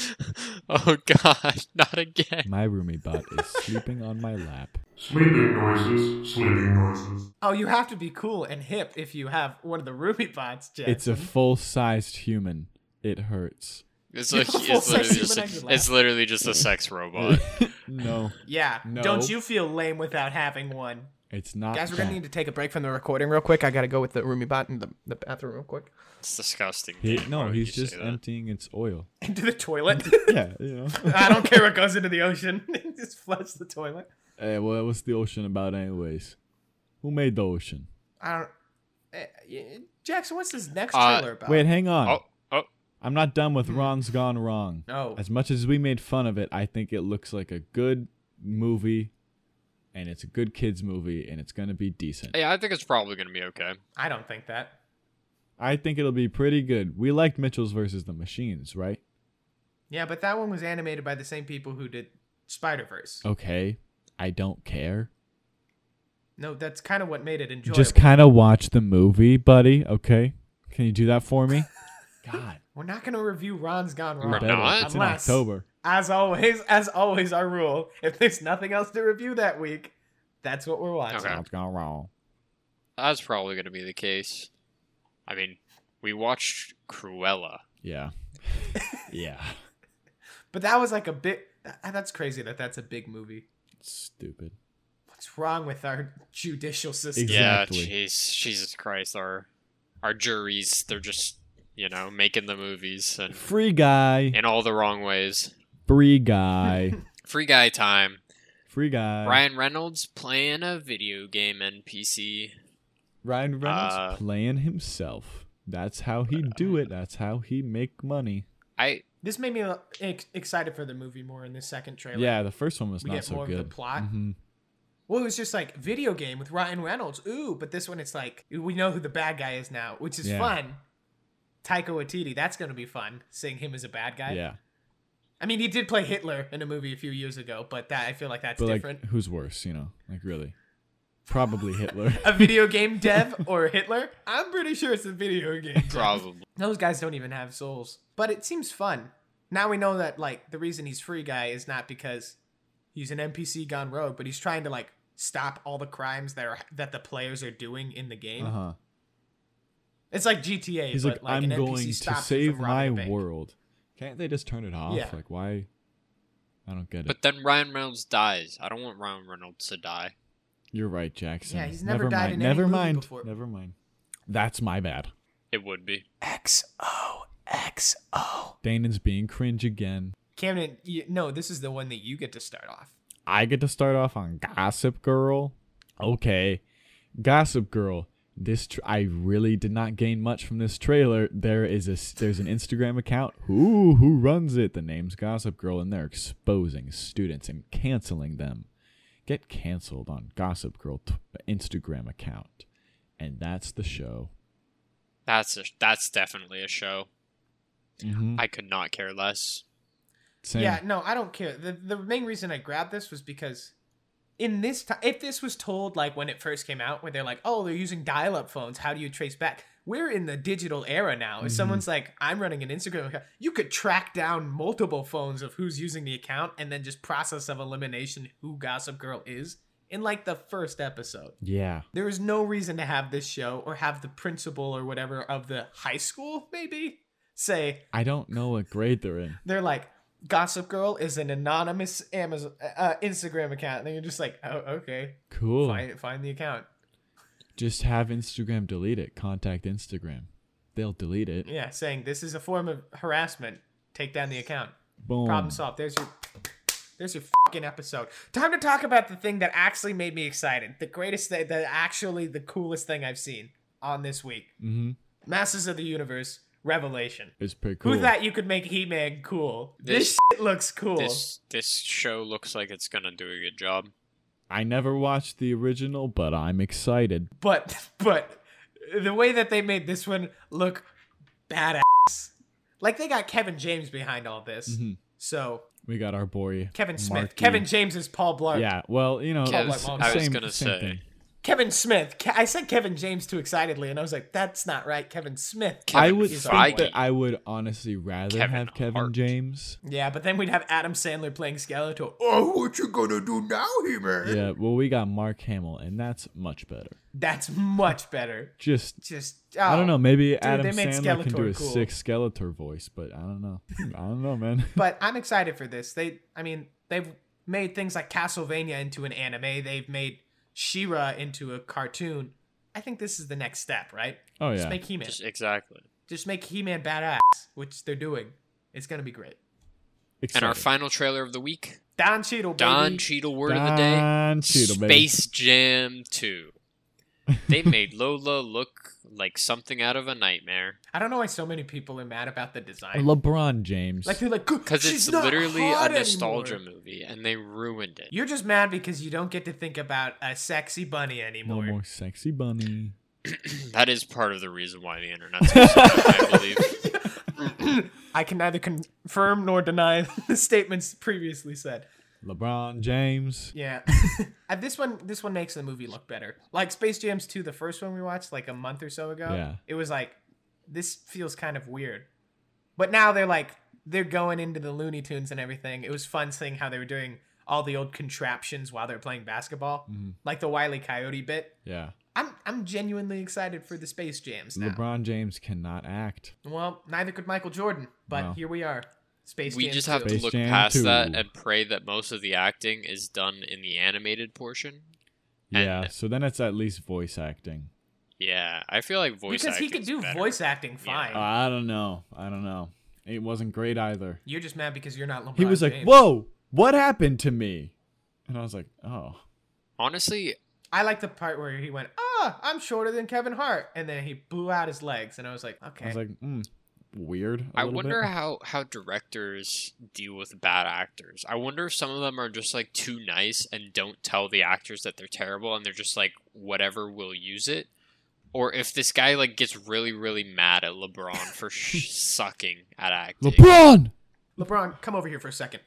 [SPEAKER 2] oh god, not again.
[SPEAKER 3] My roomie bot is sleeping on my lap.
[SPEAKER 4] Sleeping noises, sleeping noises.
[SPEAKER 1] Oh, you have to be cool and hip if you have one of the roomie bots, Jackson.
[SPEAKER 3] It's a full-sized human. It hurts.
[SPEAKER 2] It's
[SPEAKER 1] You're
[SPEAKER 2] like
[SPEAKER 1] a
[SPEAKER 2] it's
[SPEAKER 1] full-size
[SPEAKER 2] literally, just
[SPEAKER 1] human
[SPEAKER 2] a,
[SPEAKER 1] under
[SPEAKER 2] it's
[SPEAKER 1] lap.
[SPEAKER 2] literally just a sex robot.
[SPEAKER 3] no.
[SPEAKER 1] yeah.
[SPEAKER 3] No.
[SPEAKER 1] Don't you feel lame without having one?
[SPEAKER 3] It's not.
[SPEAKER 1] Guys, we're gonna
[SPEAKER 3] that.
[SPEAKER 1] need to take a break from the recording real quick. I gotta go with the roomy bot in the, the bathroom real quick.
[SPEAKER 2] It's disgusting.
[SPEAKER 3] He-
[SPEAKER 2] dude. Why
[SPEAKER 1] Oh,
[SPEAKER 3] no,
[SPEAKER 2] would
[SPEAKER 3] he's
[SPEAKER 2] you say
[SPEAKER 3] just
[SPEAKER 2] that?
[SPEAKER 3] emptying its oil.
[SPEAKER 1] Into the toilet.
[SPEAKER 3] yeah, you know.
[SPEAKER 1] I don't care what goes into the ocean. Just flush the toilet.
[SPEAKER 3] hey, well, what's the ocean about, anyways? Who made the ocean?
[SPEAKER 1] I don't. eh, eh, Jackson, what's this next
[SPEAKER 2] Uh,
[SPEAKER 1] trailer about?
[SPEAKER 3] Wait, hang on.
[SPEAKER 2] Oh, oh,
[SPEAKER 3] I'm not done with Ron's Gone Wrong.
[SPEAKER 1] Mm-hmm. No.
[SPEAKER 3] As much as we made fun of it, I think it looks like a good movie, and it's a good kids movie, and it's gonna be decent.
[SPEAKER 2] yeah. I think it's probably gonna be okay.
[SPEAKER 1] I don't think that.
[SPEAKER 3] I think it'll be pretty good. We liked Mitchell's versus the Machines, right?
[SPEAKER 1] Yeah, but that one was animated by the same people who did Spider Verse.
[SPEAKER 3] Oh. Okay. I don't care.
[SPEAKER 1] No, that's kind of what made it enjoyable.
[SPEAKER 3] Just kind of watch the movie, buddy. Okay. Can you do that for me? God.
[SPEAKER 1] We're not gonna review Ron's Gone
[SPEAKER 3] you
[SPEAKER 2] We're
[SPEAKER 1] Wrong.
[SPEAKER 3] better.
[SPEAKER 2] not?
[SPEAKER 3] It's in
[SPEAKER 1] Unless-
[SPEAKER 3] October.
[SPEAKER 1] As always, as always, our rule: if there's nothing else to review that week, that's what we're watching.
[SPEAKER 2] Okay.
[SPEAKER 3] Something's gone wrong.
[SPEAKER 2] That's probably gonna be the case. I mean, we watched Cruella.
[SPEAKER 3] Yeah. yeah.
[SPEAKER 1] But that was like a bit. that- That's crazy that that's a big movie.
[SPEAKER 3] Stupid.
[SPEAKER 1] What's wrong with our judicial system?
[SPEAKER 3] Exactly.
[SPEAKER 2] Yeah, jeez, Jesus Christ, our our juries, they're just you know making the movies and
[SPEAKER 3] Free guy.
[SPEAKER 2] in all the wrong ways.
[SPEAKER 3] Free guy.
[SPEAKER 2] Free guy time.
[SPEAKER 3] Free guy.
[SPEAKER 2] Ryan Reynolds playing a video game NPC.
[SPEAKER 3] Ryan Reynolds
[SPEAKER 2] Uh,
[SPEAKER 3] playing himself. That's how he
[SPEAKER 1] uh,
[SPEAKER 3] do it. That's how he make money.
[SPEAKER 2] I
[SPEAKER 1] This made me uh, ex- excited for the movie more in this second trailer.
[SPEAKER 3] Yeah, the first one was
[SPEAKER 1] We
[SPEAKER 3] not
[SPEAKER 1] get
[SPEAKER 3] so
[SPEAKER 1] more of
[SPEAKER 3] good.
[SPEAKER 1] the plot.
[SPEAKER 3] Mhm.
[SPEAKER 1] Well, it was just like video game with Ryan Reynolds. Ooh, but this one it's like we know who the bad guy is now, which is
[SPEAKER 3] Yeah.
[SPEAKER 1] fun. Taika Waititi, that's going to be fun seeing him as a bad guy.
[SPEAKER 3] Yeah.
[SPEAKER 1] I mean, he did play Hitler in a movie a few years ago, but that I feel like that's
[SPEAKER 3] But
[SPEAKER 1] different.
[SPEAKER 3] like who's worse, you know? Like really? Probably Hitler.
[SPEAKER 1] a video game dev or Hitler? I'm pretty sure it's a video game. dev.
[SPEAKER 2] probably
[SPEAKER 1] Those guys don't even have souls. But it seems fun. Now we know that like the reason he's free guy is not because he's an NPC gone rogue, but he's trying to like stop all the crimes that are that the players are doing in the game.
[SPEAKER 3] Uh-huh.
[SPEAKER 1] It's like GTA.
[SPEAKER 3] He's
[SPEAKER 1] but
[SPEAKER 3] like, I'm
[SPEAKER 1] an NPC
[SPEAKER 3] going to
[SPEAKER 1] stops you
[SPEAKER 3] save
[SPEAKER 1] from robbing
[SPEAKER 3] my
[SPEAKER 1] a bank."
[SPEAKER 3] world. Can't they just turn it off?
[SPEAKER 1] Yeah.
[SPEAKER 3] Like why? I don't get it.
[SPEAKER 2] But then Ryan Reynolds dies. I don't want Ryan Reynolds to die.
[SPEAKER 3] You're right, Jackson.
[SPEAKER 1] Yeah, he's never died
[SPEAKER 3] mind.
[SPEAKER 1] in any
[SPEAKER 3] never
[SPEAKER 1] movie
[SPEAKER 3] mind.
[SPEAKER 1] before.
[SPEAKER 3] Never mind. That's my bad.
[SPEAKER 2] It would be.
[SPEAKER 1] XO XO.
[SPEAKER 3] Danin's being cringe again.
[SPEAKER 1] Camden, you, no, this is the one that you get to start off.
[SPEAKER 3] I get to start off on Gossip Girl. Okay. Gossip Girl. This tr- I really did not gain much from this trailer. There is a s- there's an Instagram account. Who who runs it? The name's Gossip Girl and they're exposing students and canceling them. Get canceled on Gossip Girl t- Instagram account. And that's the show.
[SPEAKER 2] That's a, that's definitely a show.
[SPEAKER 3] Mhm.
[SPEAKER 2] I could not care less.
[SPEAKER 3] Sam,
[SPEAKER 1] Yeah, no, I don't care. The the main reason I grabbed this was because in this time, if this was told like when it first came out, where they're like, oh, they're using dial-up phones. How do you trace back? We're in the digital era now. If
[SPEAKER 3] Mhm.
[SPEAKER 1] someone's like, I'm running an Instagram account, you could track down multiple phones of who's using the account, and then just process of elimination who Gossip Girl is in like the first episode.
[SPEAKER 3] yeah.
[SPEAKER 1] There is no reason to have this show or have the principal or whatever of the high school maybe say
[SPEAKER 3] I don't know what grade they're in.
[SPEAKER 1] they're like Gossip Girl is an anonymous Amazon uh, Instagram account. And then you're just like, oh, okay,
[SPEAKER 3] Cool.
[SPEAKER 1] find find the account.
[SPEAKER 3] Just have Instagram delete it. Contact Instagram. They'll delete it.
[SPEAKER 1] Yeah, saying this is a form of harassment. Take down the account.
[SPEAKER 3] Boom.
[SPEAKER 1] Problem solved. There's your there's your fucking episode. Time to talk about the thing that actually made me excited. The greatest thing, the actually the coolest thing I've seen on this week.
[SPEAKER 3] Mm-hmm.
[SPEAKER 1] Masters of the Universe Revelation.
[SPEAKER 3] It's pretty cool.
[SPEAKER 1] Who thought you could make He-Man cool? This,
[SPEAKER 2] This-
[SPEAKER 1] shit looks cool.
[SPEAKER 2] This this show looks like it's gonna do a good job.
[SPEAKER 3] I never watched the original, but I'm excited.
[SPEAKER 1] but but the way that they made this one look badass like they got kevin james behind all this
[SPEAKER 3] Mhm.
[SPEAKER 1] so
[SPEAKER 3] We got our boy
[SPEAKER 1] kevin smith
[SPEAKER 3] Marky.
[SPEAKER 1] kevin james is paul blart
[SPEAKER 3] Yeah, well, you know,
[SPEAKER 2] Kev-
[SPEAKER 3] s-
[SPEAKER 1] I
[SPEAKER 2] was
[SPEAKER 3] same-
[SPEAKER 2] gonna
[SPEAKER 3] same
[SPEAKER 2] say.
[SPEAKER 3] thing.
[SPEAKER 1] kevin smith Ke- i said kevin james too excitedly and i was like that's not right kevin smith
[SPEAKER 3] I
[SPEAKER 2] Kevin
[SPEAKER 3] would
[SPEAKER 1] is
[SPEAKER 3] think
[SPEAKER 1] our
[SPEAKER 2] Feige.
[SPEAKER 1] boy.
[SPEAKER 3] that I would honestly rather
[SPEAKER 2] Kevin
[SPEAKER 3] have Kevin
[SPEAKER 2] Hart.
[SPEAKER 3] James.
[SPEAKER 1] yeah but then we'd have adam sandler playing skeletor oh what you gonna do now he-man
[SPEAKER 3] Yeah, well, we got Mark Hamill, and that's much better.
[SPEAKER 1] that's much better
[SPEAKER 3] Just
[SPEAKER 1] just
[SPEAKER 3] I don't
[SPEAKER 1] oh.
[SPEAKER 3] know, maybe
[SPEAKER 1] they
[SPEAKER 3] Adam
[SPEAKER 1] made
[SPEAKER 3] Sandler can
[SPEAKER 1] Skeletor
[SPEAKER 3] do a
[SPEAKER 1] cool.
[SPEAKER 3] sick Skeletor voice, but I don't know. I don't know, man.
[SPEAKER 1] but I'm excited for this. They, I mean, they've made things like Castlevania into an anime. They've made Shira into a cartoon, I think this is the next step, right?
[SPEAKER 3] Oh
[SPEAKER 1] Just
[SPEAKER 3] yeah.
[SPEAKER 1] make He-Man.
[SPEAKER 2] Just
[SPEAKER 1] Just,
[SPEAKER 2] exactly.
[SPEAKER 1] make He-Man badass, which they're doing. It's gonna be great.
[SPEAKER 2] And our
[SPEAKER 3] Excited.
[SPEAKER 2] final trailer of the week,
[SPEAKER 1] Don Cheadle, baby.
[SPEAKER 2] Don Cheadle word of the day.
[SPEAKER 3] Don Cheadle, baby.
[SPEAKER 2] Space Jam 2. They made Lola look like something out of a nightmare.
[SPEAKER 1] I don't know why so many people are mad about the design.
[SPEAKER 3] LeBron James.
[SPEAKER 1] like they're like,
[SPEAKER 2] Because
[SPEAKER 1] because
[SPEAKER 2] it's literally a nostalgia movie, and they ruined it.
[SPEAKER 1] You're just mad because you don't get to think about a sexy bunny
[SPEAKER 3] no
[SPEAKER 1] anymore.
[SPEAKER 3] more sexy bunny.
[SPEAKER 2] that is part of the reason why the internet's upset, I believe.
[SPEAKER 1] I can neither confirm nor deny the statements previously said.
[SPEAKER 3] LeBron James.
[SPEAKER 1] Yeah. Uh, this one this one makes the movie look better. Like Space Jam's 2, the first one we watched like a month or so ago.
[SPEAKER 3] Yeah.
[SPEAKER 1] It was like this feels kind of weird. But now they're like they're going into the Looney Tunes and everything. It was fun seeing how they were doing all the old contraptions while they're playing basketball.
[SPEAKER 3] Mhm.
[SPEAKER 1] Like the Wile E. Coyote bit.
[SPEAKER 3] Yeah.
[SPEAKER 1] I'm I'm genuinely excited for the Space Jams now.
[SPEAKER 3] LeBron James cannot act.
[SPEAKER 1] Well, neither could Michael Jordan, but
[SPEAKER 3] No.
[SPEAKER 1] here we are. Space
[SPEAKER 2] We
[SPEAKER 1] Jam
[SPEAKER 2] just have
[SPEAKER 1] 2.
[SPEAKER 2] to
[SPEAKER 3] Space
[SPEAKER 2] look
[SPEAKER 3] Jam
[SPEAKER 2] past
[SPEAKER 3] 2.
[SPEAKER 2] that and pray that most of the acting is done in the animated portion. And-
[SPEAKER 3] Yeah. so then it's at least voice acting.
[SPEAKER 2] Yeah, I feel like voice
[SPEAKER 1] because he
[SPEAKER 2] acting's
[SPEAKER 1] could do
[SPEAKER 2] better.
[SPEAKER 1] voice acting
[SPEAKER 2] Yeah.
[SPEAKER 1] fine.
[SPEAKER 3] Uh, I don't know. I don't know. It wasn't great either.
[SPEAKER 1] You're just mad because you're not LeBron.
[SPEAKER 3] He was like,
[SPEAKER 1] James.
[SPEAKER 3] "Whoa, what happened to me?" And I was like, "Oh,
[SPEAKER 2] Honestly,
[SPEAKER 1] I like the part where he went, "Ah, I'm shorter than Kevin Hart," and then he blew out his legs, and I was like, "Okay."
[SPEAKER 3] I was like, mm, weird." I
[SPEAKER 2] I wonder how how directors deal with bad actors. I wonder if some of them are just like too nice and don't tell the actors that they're terrible and they're just like whatever we'll use it. Or if this guy like gets really really mad at LeBron for sh- sucking at acting.
[SPEAKER 3] LeBron.
[SPEAKER 1] LeBron, come over here for a second.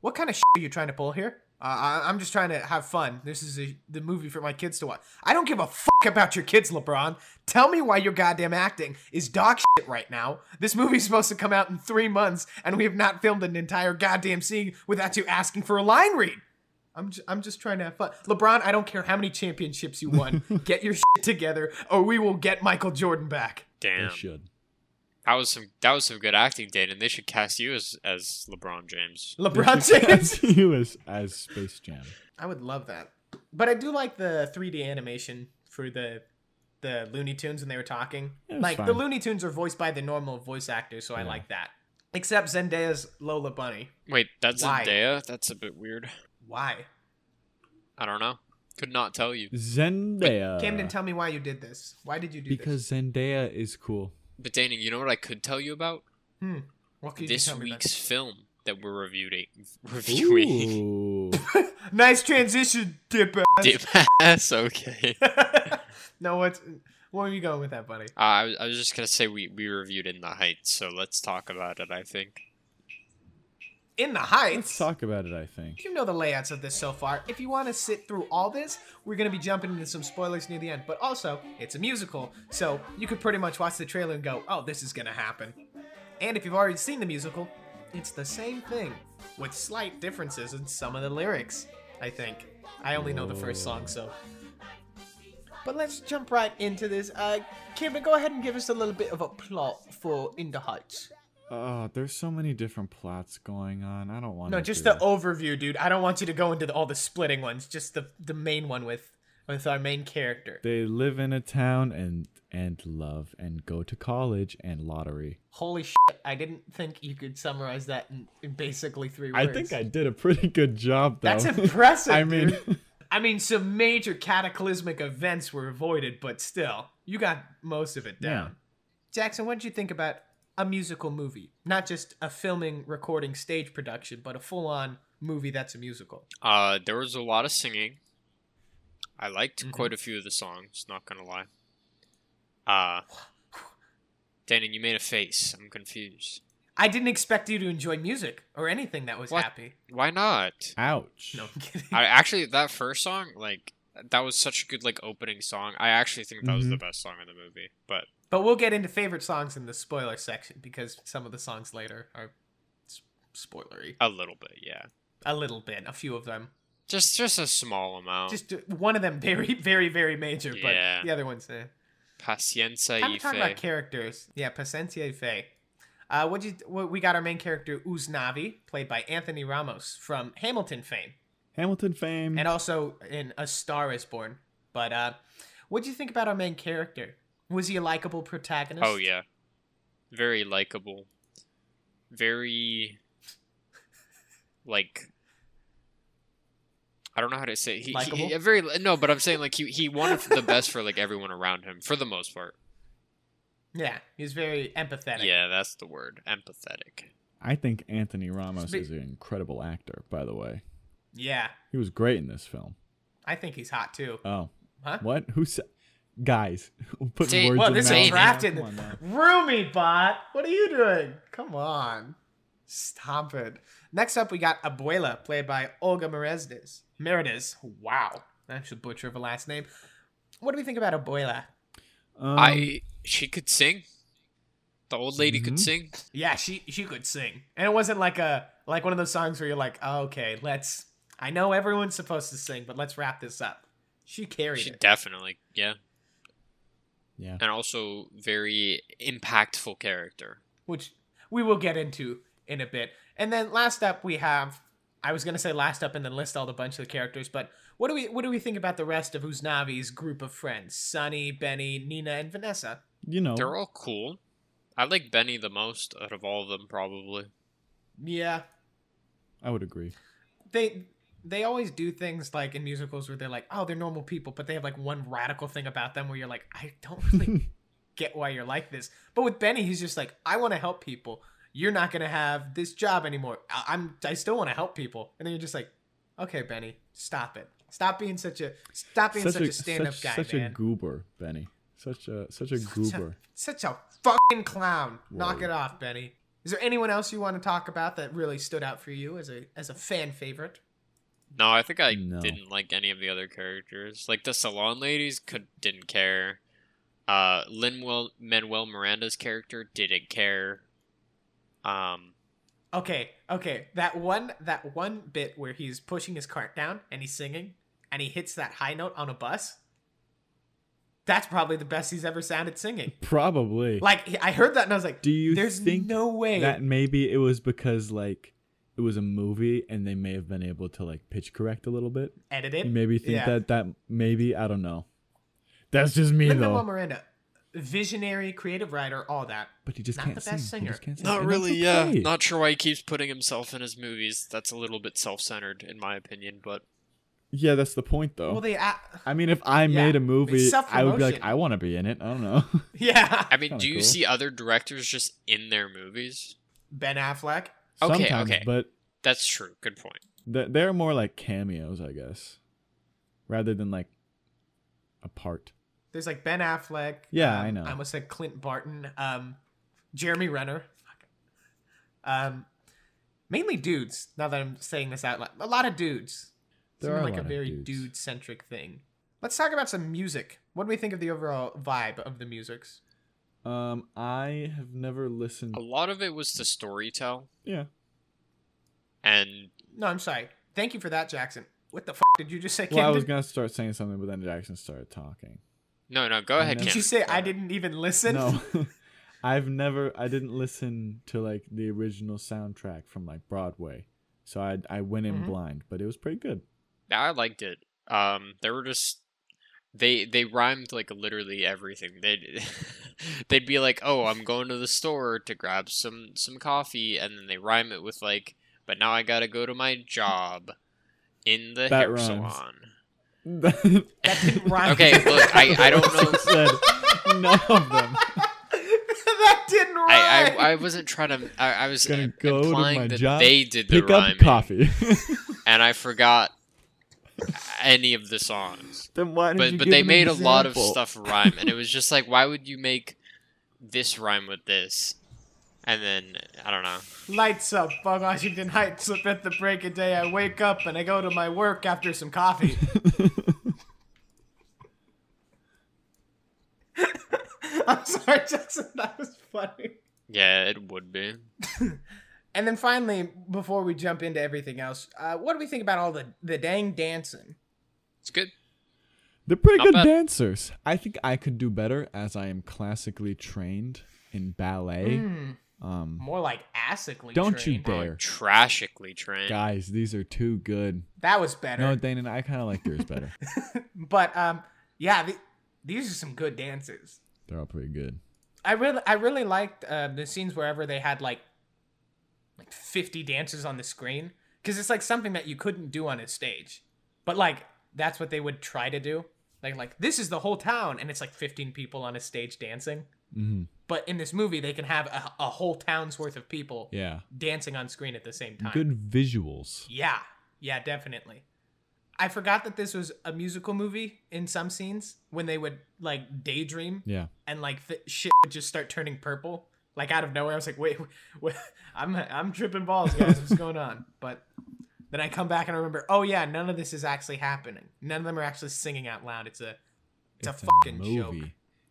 [SPEAKER 1] what kind of shit are you trying to pull here? Uh, I, I'm just trying to have fun. This is a, the movie for my kids to watch. I don't give a fuck about your kids, LeBron. Tell me why your goddamn acting is dog shit right now. This movie's supposed to come out in three months, and we have not filmed an entire goddamn scene without you asking for a line read. I'm, j- I'm just trying to have fun. LeBron, I don't care how many championships you won. get your shit together, or we will get Michael Jordan back.
[SPEAKER 3] They
[SPEAKER 2] Damn,
[SPEAKER 3] should.
[SPEAKER 2] that was some that was some good acting, Dayton. They should cast you as as LeBron James.
[SPEAKER 1] LeBron
[SPEAKER 3] They should
[SPEAKER 1] James.
[SPEAKER 3] cast you as as Space Jam.
[SPEAKER 1] I would love that. But I do like the 3D animation for the the Looney Tunes when they were talking.
[SPEAKER 3] It was
[SPEAKER 1] Like the
[SPEAKER 3] fine.
[SPEAKER 1] Looney Tunes are voiced by the normal voice actors, so I
[SPEAKER 3] Yeah.
[SPEAKER 1] like that. Except Zendaya's Lola Bunny.
[SPEAKER 2] Wait, that's
[SPEAKER 1] Why?
[SPEAKER 2] Zendaya. That's a bit weird.
[SPEAKER 1] Why?
[SPEAKER 2] I don't know. Could not tell you.
[SPEAKER 3] Zendaya.
[SPEAKER 1] Camden, tell me why you did this. Why did you do this?
[SPEAKER 3] Uh, because Zendaya is cool.
[SPEAKER 2] But Dana, you know what I could tell you about?
[SPEAKER 1] Hmm. What could you
[SPEAKER 2] this
[SPEAKER 1] tell me about
[SPEAKER 2] week's film that we're reviewing. Reviewing.
[SPEAKER 3] Ooh.
[SPEAKER 1] it? nice transition, dip. ass.
[SPEAKER 2] Dip ass, okay. Uh,
[SPEAKER 1] no, what's where are you going with that, buddy?
[SPEAKER 2] I, was- I was just gonna say we, we reviewed In the Heights, so let's talk about it. I think
[SPEAKER 1] In the Heights.
[SPEAKER 3] Let's talk about it. I think.
[SPEAKER 1] You know the layouts of this so far. If you want to sit through all this, we're going to be jumping into some spoilers near the end. But also, it's a musical, so you could pretty much watch the trailer and go, oh, this is going to happen. And if you've already seen the musical, it's the same thing, with slight differences in some of the lyrics, I think. I only know the first song, so. But let's jump right into this. Uh, Cameron, go ahead and give us a little bit of a plot for In the Heights.
[SPEAKER 3] Oh, there's so many different plots going on. I don't want.
[SPEAKER 1] No, just the overview, dude. I don't want you to go into the, all the splitting ones. Just the the main one with with our main character.
[SPEAKER 3] They live in a town and and love and go to college and lottery.
[SPEAKER 1] Holy shit! I didn't think you could summarize that in, in basically three
[SPEAKER 3] I
[SPEAKER 1] words.
[SPEAKER 3] think I did a pretty good job though.
[SPEAKER 1] That's impressive.
[SPEAKER 3] I mean,
[SPEAKER 1] dude. I mean, some major cataclysmic events were avoided, but still, you got most of it down.
[SPEAKER 3] Yeah.
[SPEAKER 1] Jackson, what did you think about a musical movie? Not just a filming, recording, stage production, but a full on movie that's a musical.
[SPEAKER 2] uh, there was a lot of singing. I liked
[SPEAKER 1] Mhm.
[SPEAKER 2] quite a few of the songs. Not gonna lie. Uh, Dana, you made a face. I'm confused.
[SPEAKER 1] I didn't expect you to enjoy music or anything that was
[SPEAKER 2] What?
[SPEAKER 1] happy.
[SPEAKER 2] Why not?
[SPEAKER 3] ouch.
[SPEAKER 1] No, I'm kidding.
[SPEAKER 2] I actually that first song, like that was such a good like opening song. I actually think that
[SPEAKER 1] Mm-hmm.
[SPEAKER 2] was the best song in the movie. But
[SPEAKER 1] But we'll get into favorite songs in the spoiler section because some of the songs later are s- spoilery.
[SPEAKER 2] a little bit, yeah.
[SPEAKER 1] A little bit, a few of them.
[SPEAKER 2] Just just a small amount.
[SPEAKER 1] Just uh, one of them very, very, very major,
[SPEAKER 2] Oh. Yeah.
[SPEAKER 1] but the other ones. Eh.
[SPEAKER 2] Paciencia
[SPEAKER 1] Time to
[SPEAKER 2] y
[SPEAKER 1] talk about
[SPEAKER 2] fe.
[SPEAKER 1] characters. Yeah, Pacencia Fe. Uh, what you? What, we got our main character Uznavi, played by Anthony Ramos from Hamilton fame.
[SPEAKER 3] Hamilton
[SPEAKER 2] Mm.
[SPEAKER 3] fame.
[SPEAKER 1] and also in A Star Is Born. But uh, what do you think about our main character? Was he a likable protagonist?
[SPEAKER 2] Oh yeah, very likable, very like I don't know how to say he, he- he
[SPEAKER 1] Likeable?
[SPEAKER 2] very no, but I'm saying like he he wanted the best for like everyone around him for the most part.
[SPEAKER 1] yeah. He was very empathetic.
[SPEAKER 2] Yeah, that's the word, empathetic.
[SPEAKER 3] I think Anthony Ramos
[SPEAKER 1] Spe-
[SPEAKER 3] is an incredible actor. By the way,
[SPEAKER 1] Yeah.
[SPEAKER 3] he was great in this film.
[SPEAKER 1] I think he's hot too.
[SPEAKER 3] Oh,
[SPEAKER 1] Huh?
[SPEAKER 3] what? Who said? Guys, put
[SPEAKER 2] See,
[SPEAKER 3] words
[SPEAKER 2] well,
[SPEAKER 3] in
[SPEAKER 2] this
[SPEAKER 3] my
[SPEAKER 2] ain't
[SPEAKER 3] mouth.
[SPEAKER 1] drafted.
[SPEAKER 3] Come on now.
[SPEAKER 1] Roomy bot, what are you doing? Come on. Stop it. Next up, we got Abuela, played by Olga Meredes. Meredes. Wow. That's a butcher of a last name. What do we think about Abuela?
[SPEAKER 3] Um,
[SPEAKER 2] I she could sing. The old lady could
[SPEAKER 3] Mhm.
[SPEAKER 2] sing.
[SPEAKER 1] Yeah, she she could sing, and it wasn't like a like one of those songs where you're like, oh, okay, let's. I know everyone's supposed to sing, but let's wrap this up. She carried
[SPEAKER 2] She
[SPEAKER 1] it.
[SPEAKER 2] definitely yeah,
[SPEAKER 3] yeah.
[SPEAKER 2] and also very impactful character.
[SPEAKER 1] which we will get into in a bit. And then last up, we have I was gonna say last up and then list all the bunch of the characters, but what do we what do we think about the rest of Uznavi's group of friends? Sunny, Benny, Nina, and Vanessa.
[SPEAKER 3] You know,
[SPEAKER 2] They're all cool. I like Benny the most out of all of them, probably.
[SPEAKER 1] Yeah,
[SPEAKER 3] I would agree.
[SPEAKER 1] they they always do things like in musicals where they're like, oh, they're normal people, but they have like one radical thing about them where you're like, I don't really get why you're like this. But with Benny, he's just like, I want to help people. You're not gonna have this job anymore. I- I'm I still want to help people, and then you're just like, okay, Benny, stop it. Stop being such a stop being such, a, stand-up
[SPEAKER 3] such,
[SPEAKER 1] guy,
[SPEAKER 3] such a
[SPEAKER 1] man.
[SPEAKER 3] goober, Benny. Such a such a
[SPEAKER 1] such, a,
[SPEAKER 3] goober.
[SPEAKER 1] such a fucking clown. Knock
[SPEAKER 3] Whoa.
[SPEAKER 1] it off, Benny. Is there anyone else you want to talk about that really stood out for you as a as a fan favorite?
[SPEAKER 2] No, I think I
[SPEAKER 3] No.
[SPEAKER 2] didn't like any of the other characters. Like the salon ladies could didn't care. Uh Lin Manuel Miranda's character didn't care. Um
[SPEAKER 1] Okay, okay. That one that one bit where he's pushing his cart down and he's singing and he hits that high note on a bus. That's probably the best he's ever sounded singing.
[SPEAKER 3] Probably.
[SPEAKER 1] Like he- I heard that and I was like,
[SPEAKER 3] Do you
[SPEAKER 1] there's
[SPEAKER 3] think
[SPEAKER 1] no way
[SPEAKER 3] that maybe it was because like it was a movie and they may have been able to like pitch correct a little bit?
[SPEAKER 1] edit
[SPEAKER 3] You
[SPEAKER 1] it."
[SPEAKER 3] maybe think
[SPEAKER 1] yeah.
[SPEAKER 3] that that maybe I don't know. That's just me
[SPEAKER 1] Lin-Manuel
[SPEAKER 3] though.
[SPEAKER 1] Miranda, visionary, creative writer, all that.
[SPEAKER 3] But he just
[SPEAKER 1] not
[SPEAKER 3] can't
[SPEAKER 1] the best
[SPEAKER 3] sing. He
[SPEAKER 1] singer.
[SPEAKER 3] just can't sing.
[SPEAKER 2] not
[SPEAKER 3] And that's
[SPEAKER 2] really, yeah.
[SPEAKER 3] okay.
[SPEAKER 2] Not sure why he keeps putting himself in his movies. That's a little bit self centered in my opinion, but
[SPEAKER 3] Yeah, that's the point though.
[SPEAKER 1] Well, they a
[SPEAKER 3] I mean, if I made a movie, I would be like,
[SPEAKER 1] self-promotion.
[SPEAKER 3] I want to be in it. I don't know.
[SPEAKER 1] yeah,
[SPEAKER 2] I mean,
[SPEAKER 3] Kinda
[SPEAKER 2] do you
[SPEAKER 3] cool.
[SPEAKER 2] see other directors just in their movies?
[SPEAKER 1] Ben Affleck.
[SPEAKER 2] Okay,
[SPEAKER 3] Sometimes,
[SPEAKER 2] okay.
[SPEAKER 3] but
[SPEAKER 2] That's true. Good point.
[SPEAKER 3] th- they're more like cameos, I guess, rather than like a part.
[SPEAKER 1] There's like Ben Affleck.
[SPEAKER 3] Yeah,
[SPEAKER 1] um,
[SPEAKER 3] I know.
[SPEAKER 1] I almost said Clint Barton. Um, Jeremy Renner. Fuck. Um, mainly dudes. Now that I'm saying this out loud, a lot of dudes.
[SPEAKER 3] There
[SPEAKER 1] Seemed
[SPEAKER 3] are a
[SPEAKER 1] like
[SPEAKER 3] lot
[SPEAKER 1] a
[SPEAKER 3] of
[SPEAKER 1] very
[SPEAKER 3] dudes.
[SPEAKER 1] dude-centric thing. Let's talk about some music. What do we think of the overall vibe of the musics?
[SPEAKER 3] Um, I have never listened.
[SPEAKER 2] A lot of it was to storytell
[SPEAKER 3] Yeah,
[SPEAKER 2] and
[SPEAKER 1] No, I'm sorry. Thank you for that, Jackson. What the f- did you just say?
[SPEAKER 3] well, I
[SPEAKER 1] Camden?
[SPEAKER 3] was gonna start saying something, but then Jackson started talking.
[SPEAKER 2] no, no, go
[SPEAKER 3] I
[SPEAKER 2] ahead.
[SPEAKER 3] know. Uh,
[SPEAKER 1] Did
[SPEAKER 2] Cameron.
[SPEAKER 1] you say
[SPEAKER 2] Go
[SPEAKER 1] I
[SPEAKER 2] ahead.
[SPEAKER 1] didn't even listen?
[SPEAKER 3] No, I've never. I didn't listen to like the original soundtrack from like Broadway, so I I went in
[SPEAKER 1] Mhm.
[SPEAKER 3] blind, but it was pretty good.
[SPEAKER 2] I liked it. Um, there were just they they rhymed like literally everything. They would they'd be like, "Oh, I'm going to the store to grab some some coffee," and then they rhyme it with like, "But now I gotta go to my job in the
[SPEAKER 3] That
[SPEAKER 2] hair
[SPEAKER 3] rhymes.
[SPEAKER 2] salon."
[SPEAKER 1] That didn't rhyme.
[SPEAKER 2] Okay, look, I I don't know.
[SPEAKER 3] Jackson said none of them.
[SPEAKER 1] that didn't rhyme.
[SPEAKER 2] I, I, I wasn't trying to. I, I was
[SPEAKER 3] Gonna
[SPEAKER 2] im-
[SPEAKER 3] go to
[SPEAKER 2] implying
[SPEAKER 3] my
[SPEAKER 2] that
[SPEAKER 3] job,
[SPEAKER 2] they did the
[SPEAKER 3] Pick up
[SPEAKER 2] rhyming,
[SPEAKER 3] coffee.
[SPEAKER 2] and I forgot any of the songs.
[SPEAKER 3] then why did
[SPEAKER 2] but
[SPEAKER 3] you
[SPEAKER 2] but
[SPEAKER 3] give
[SPEAKER 2] they
[SPEAKER 3] an
[SPEAKER 2] made a lot of
[SPEAKER 3] example?
[SPEAKER 2] stuff rhyme, and it was just like, why would you make this rhyme with this? And then I don't know.
[SPEAKER 1] Lights up on Washington Heights up at the break of day. I wake up and I go to my work after some coffee. I'm sorry, Jackson, that was funny.
[SPEAKER 2] Yeah, it would be.
[SPEAKER 1] And then finally, before we jump into everything else, uh, what do we think about all the, the dang dancing?
[SPEAKER 2] It's good.
[SPEAKER 3] They're pretty
[SPEAKER 2] Not
[SPEAKER 3] good
[SPEAKER 2] bad.
[SPEAKER 1] Mm.
[SPEAKER 3] dancers. I think I could do better as I am classically trained in ballet. Um,
[SPEAKER 1] Hmm, More like assically.
[SPEAKER 3] Don't you
[SPEAKER 1] trained.
[SPEAKER 2] More like
[SPEAKER 3] Dare.
[SPEAKER 2] trashically trained.
[SPEAKER 3] guys, these are too good.
[SPEAKER 1] That was better.
[SPEAKER 3] No, Dana, I kind of like yours better.
[SPEAKER 1] but um, yeah, the, these are some good dances.
[SPEAKER 3] They're all pretty good.
[SPEAKER 1] I really, I really liked uh, the scenes wherever they had like, like fifty dancers on the screen because it's like something that you couldn't do on a stage, but like that's what they would try to do. Like, like this is the whole town, and it's like fifteen people on a stage dancing.
[SPEAKER 3] Mm-hmm.
[SPEAKER 1] But in this movie, they can have a, a whole town's worth of people
[SPEAKER 3] Yeah,
[SPEAKER 1] dancing on screen at the same time.
[SPEAKER 3] good visuals.
[SPEAKER 1] Yeah, yeah, definitely. I forgot that this was a musical movie in some scenes when they would like daydream
[SPEAKER 3] Yeah,
[SPEAKER 1] and like th- shit would just start turning purple like out of nowhere. I was like, wait, wait I'm I'm tripping balls, guys. What's going on? But then I come back and I remember, oh yeah, none of this is actually happening. None of them are actually singing out loud. It's a it's, a fucking joke.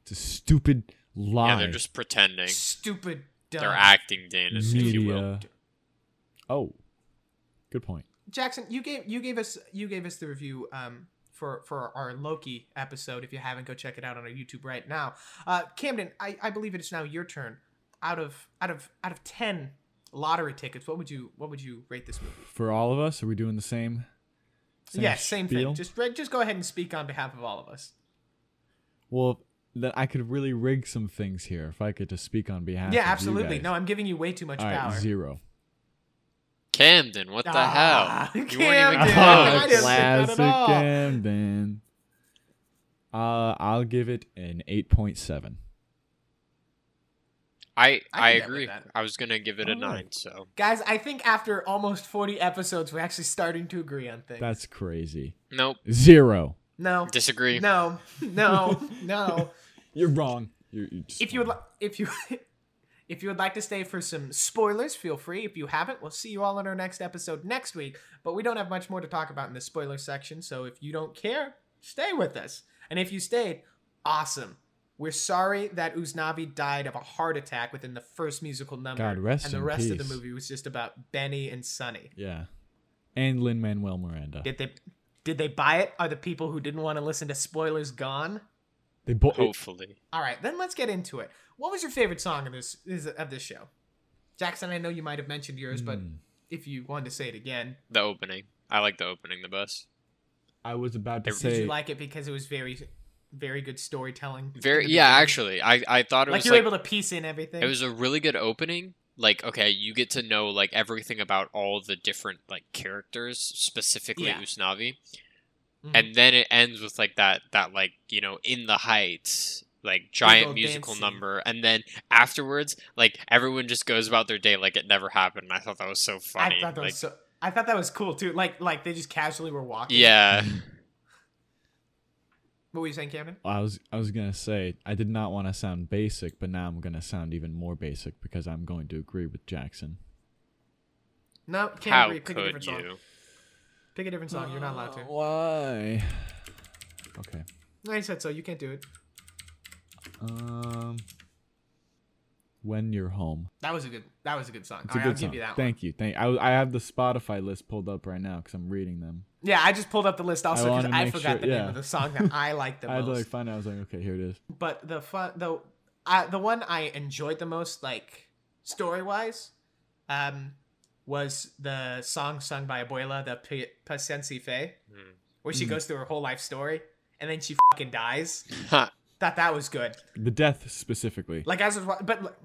[SPEAKER 3] It's a stupid lie.
[SPEAKER 2] Yeah, they're just pretending.
[SPEAKER 1] Stupid. Dumb.
[SPEAKER 2] They're acting Danish, if you will.
[SPEAKER 3] media. Oh, good point.
[SPEAKER 1] Jackson, you gave you gave us you gave us the review um for for our Loki episode. If you haven't, go check it out on our YouTube right now. Uh, Camden, I, I believe it is now your turn. Out of out of out of ten lottery tickets, what would you what would you rate this movie?
[SPEAKER 3] For all of us, are we doing the same?
[SPEAKER 1] Yes, same
[SPEAKER 3] spiel?
[SPEAKER 1] thing. Just re- just go ahead and speak on behalf of all of us.
[SPEAKER 3] well, then I could really rig some things here if I could just speak on behalf.
[SPEAKER 1] yeah,
[SPEAKER 3] of you
[SPEAKER 1] absolutely.
[SPEAKER 3] guys.
[SPEAKER 1] No, I'm giving you way too much
[SPEAKER 3] all right,
[SPEAKER 1] power.
[SPEAKER 3] zero.
[SPEAKER 2] Camden, what the
[SPEAKER 1] Ah,
[SPEAKER 2] hell? You
[SPEAKER 1] Camden,
[SPEAKER 2] weren't even
[SPEAKER 1] I
[SPEAKER 2] close.
[SPEAKER 1] didn't think that at
[SPEAKER 3] Classic
[SPEAKER 1] all.
[SPEAKER 3] Camden. Uh, I'll give it an eight point seven.
[SPEAKER 2] I, I,
[SPEAKER 1] I can get
[SPEAKER 2] agree.
[SPEAKER 1] with that.
[SPEAKER 2] I was gonna give it a
[SPEAKER 3] All right.
[SPEAKER 2] nine. So
[SPEAKER 1] Guys, I think after almost 40 episodes, we're actually starting to agree on things.
[SPEAKER 3] That's crazy.
[SPEAKER 2] nope,
[SPEAKER 3] Zero.
[SPEAKER 1] no,
[SPEAKER 2] disagree.
[SPEAKER 1] no, no, no.
[SPEAKER 3] You're wrong. You're, you're just
[SPEAKER 1] if you would li- if you if you would like to stay for some spoilers feel free if you haven't we'll see you all in our next episode next week but we don't have much more to talk about in the spoiler section so if you don't care stay with us and if you stayed awesome we're sorry that Uznavi died of a heart attack within the first musical number
[SPEAKER 3] God rest
[SPEAKER 1] and the
[SPEAKER 3] in
[SPEAKER 1] rest of the
[SPEAKER 3] peace.
[SPEAKER 1] movie was just about Benny and Sonny
[SPEAKER 3] yeah, and Lin Manuel Miranda.
[SPEAKER 1] did they did they buy it are the people who didn't want to listen to spoilers gone
[SPEAKER 3] They both.
[SPEAKER 1] Oh.
[SPEAKER 2] Hopefully,
[SPEAKER 1] All right, then let's get into it. What was your favorite song of this is, of this show? Jackson, I know you might have mentioned yours, but
[SPEAKER 3] Hmm.
[SPEAKER 1] if you wanted to say it again,
[SPEAKER 2] the opening. I like the opening the best.
[SPEAKER 3] I was about to
[SPEAKER 2] Did
[SPEAKER 1] did
[SPEAKER 3] say
[SPEAKER 1] you like it because it was very, very good storytelling?
[SPEAKER 2] Very
[SPEAKER 1] in the
[SPEAKER 2] yeah.
[SPEAKER 1] beginning?
[SPEAKER 2] Actually, I I thought it
[SPEAKER 1] like
[SPEAKER 2] was
[SPEAKER 1] you were
[SPEAKER 2] like
[SPEAKER 1] able to piece in everything.
[SPEAKER 2] it was a really good opening. Like okay, you get to know like everything about all the different like characters, specifically
[SPEAKER 1] Yeah.
[SPEAKER 2] Usnavi,
[SPEAKER 1] Mhm.
[SPEAKER 2] and then it ends with like that that like you know in the heights like
[SPEAKER 1] old
[SPEAKER 2] giant
[SPEAKER 1] dance
[SPEAKER 2] musical
[SPEAKER 1] scene.
[SPEAKER 2] number, and then afterwards like everyone just goes about their day like it never happened. And I thought that was so funny.
[SPEAKER 1] I thought that
[SPEAKER 2] like,
[SPEAKER 1] was so. I thought that was cool too. Like like they just casually were walking.
[SPEAKER 2] yeah.
[SPEAKER 1] What were you saying, Camden?
[SPEAKER 3] I was I was gonna say I did not want to sound basic, but now I'm gonna sound even more basic because I'm going to agree with Jackson.
[SPEAKER 1] No, can't
[SPEAKER 2] How
[SPEAKER 1] agree. Pick a
[SPEAKER 2] could
[SPEAKER 1] different song.
[SPEAKER 2] you?
[SPEAKER 1] Pick a different song. You're not allowed to.
[SPEAKER 3] Oh. Why? Okay.
[SPEAKER 1] I said so. You can't do it.
[SPEAKER 3] Um. When you're home.
[SPEAKER 1] That was a good. That was a good song. All
[SPEAKER 3] It's a
[SPEAKER 1] right,
[SPEAKER 3] good
[SPEAKER 1] I'll
[SPEAKER 3] song.
[SPEAKER 1] give you that one.
[SPEAKER 3] Thank you. Thank. I I have the Spotify list pulled up right now because I'm reading them.
[SPEAKER 1] Yeah, I just pulled up the list also because
[SPEAKER 3] wanna
[SPEAKER 1] I,
[SPEAKER 3] make
[SPEAKER 1] forgot
[SPEAKER 3] sure-
[SPEAKER 1] the name
[SPEAKER 3] yeah.
[SPEAKER 1] of the song that I liked the
[SPEAKER 3] I had
[SPEAKER 1] most.
[SPEAKER 3] to like find out. I was like, okay, here it is.
[SPEAKER 1] but the fun the I, the one I enjoyed the most, like story wise, um, was the song sung by Abuela, the P- Pasensi Fe,
[SPEAKER 2] Hmm.
[SPEAKER 1] where she
[SPEAKER 3] Mm.
[SPEAKER 1] goes through her whole life story and then she fucking dies.
[SPEAKER 2] Ha.
[SPEAKER 1] Thought that was good.
[SPEAKER 3] The death specifically.
[SPEAKER 1] Like as was, wa- but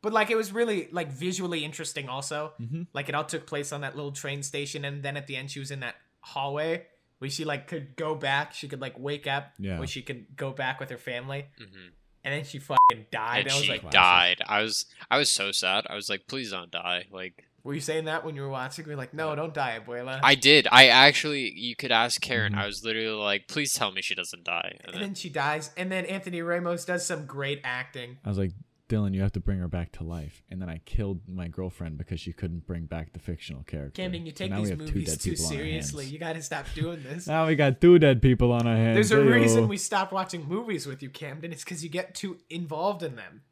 [SPEAKER 1] but like it was really like visually interesting also.
[SPEAKER 3] mm-hmm.
[SPEAKER 1] Like it all took place on that little train station, and then at the end she was in that hallway where she like could go back. She could like wake up,
[SPEAKER 3] Yeah.
[SPEAKER 1] where she could go back with her family,
[SPEAKER 2] Mhm.
[SPEAKER 1] and then she fucking died.
[SPEAKER 2] and
[SPEAKER 1] I was
[SPEAKER 2] she
[SPEAKER 1] like,
[SPEAKER 2] died. I was I was so sad. I was like, please don't die. Like
[SPEAKER 1] were you saying that when you were watching? We are like, no, don't die, abuela.
[SPEAKER 2] I did. I actually you could ask Karen.
[SPEAKER 3] Mhm.
[SPEAKER 2] I was literally like, please tell me she doesn't die. And
[SPEAKER 1] Mm-hmm. and
[SPEAKER 2] then
[SPEAKER 1] then she dies, and then Anthony Ramos does some great acting.
[SPEAKER 3] I was like, Dylan, you have to bring her back to life. And then I killed my girlfriend because she couldn't bring back the fictional character.
[SPEAKER 1] Camden, you
[SPEAKER 3] So
[SPEAKER 1] take
[SPEAKER 3] now we
[SPEAKER 1] these
[SPEAKER 3] have two
[SPEAKER 1] movies
[SPEAKER 3] dead
[SPEAKER 1] too
[SPEAKER 3] people on our
[SPEAKER 1] seriously.
[SPEAKER 3] hands.
[SPEAKER 1] You gotta stop doing this.
[SPEAKER 3] Now we got two dead people on our hands.
[SPEAKER 1] There's a reason
[SPEAKER 3] Ayo.
[SPEAKER 1] we stopped watching movies with you, Camden. It's because you get too involved in them.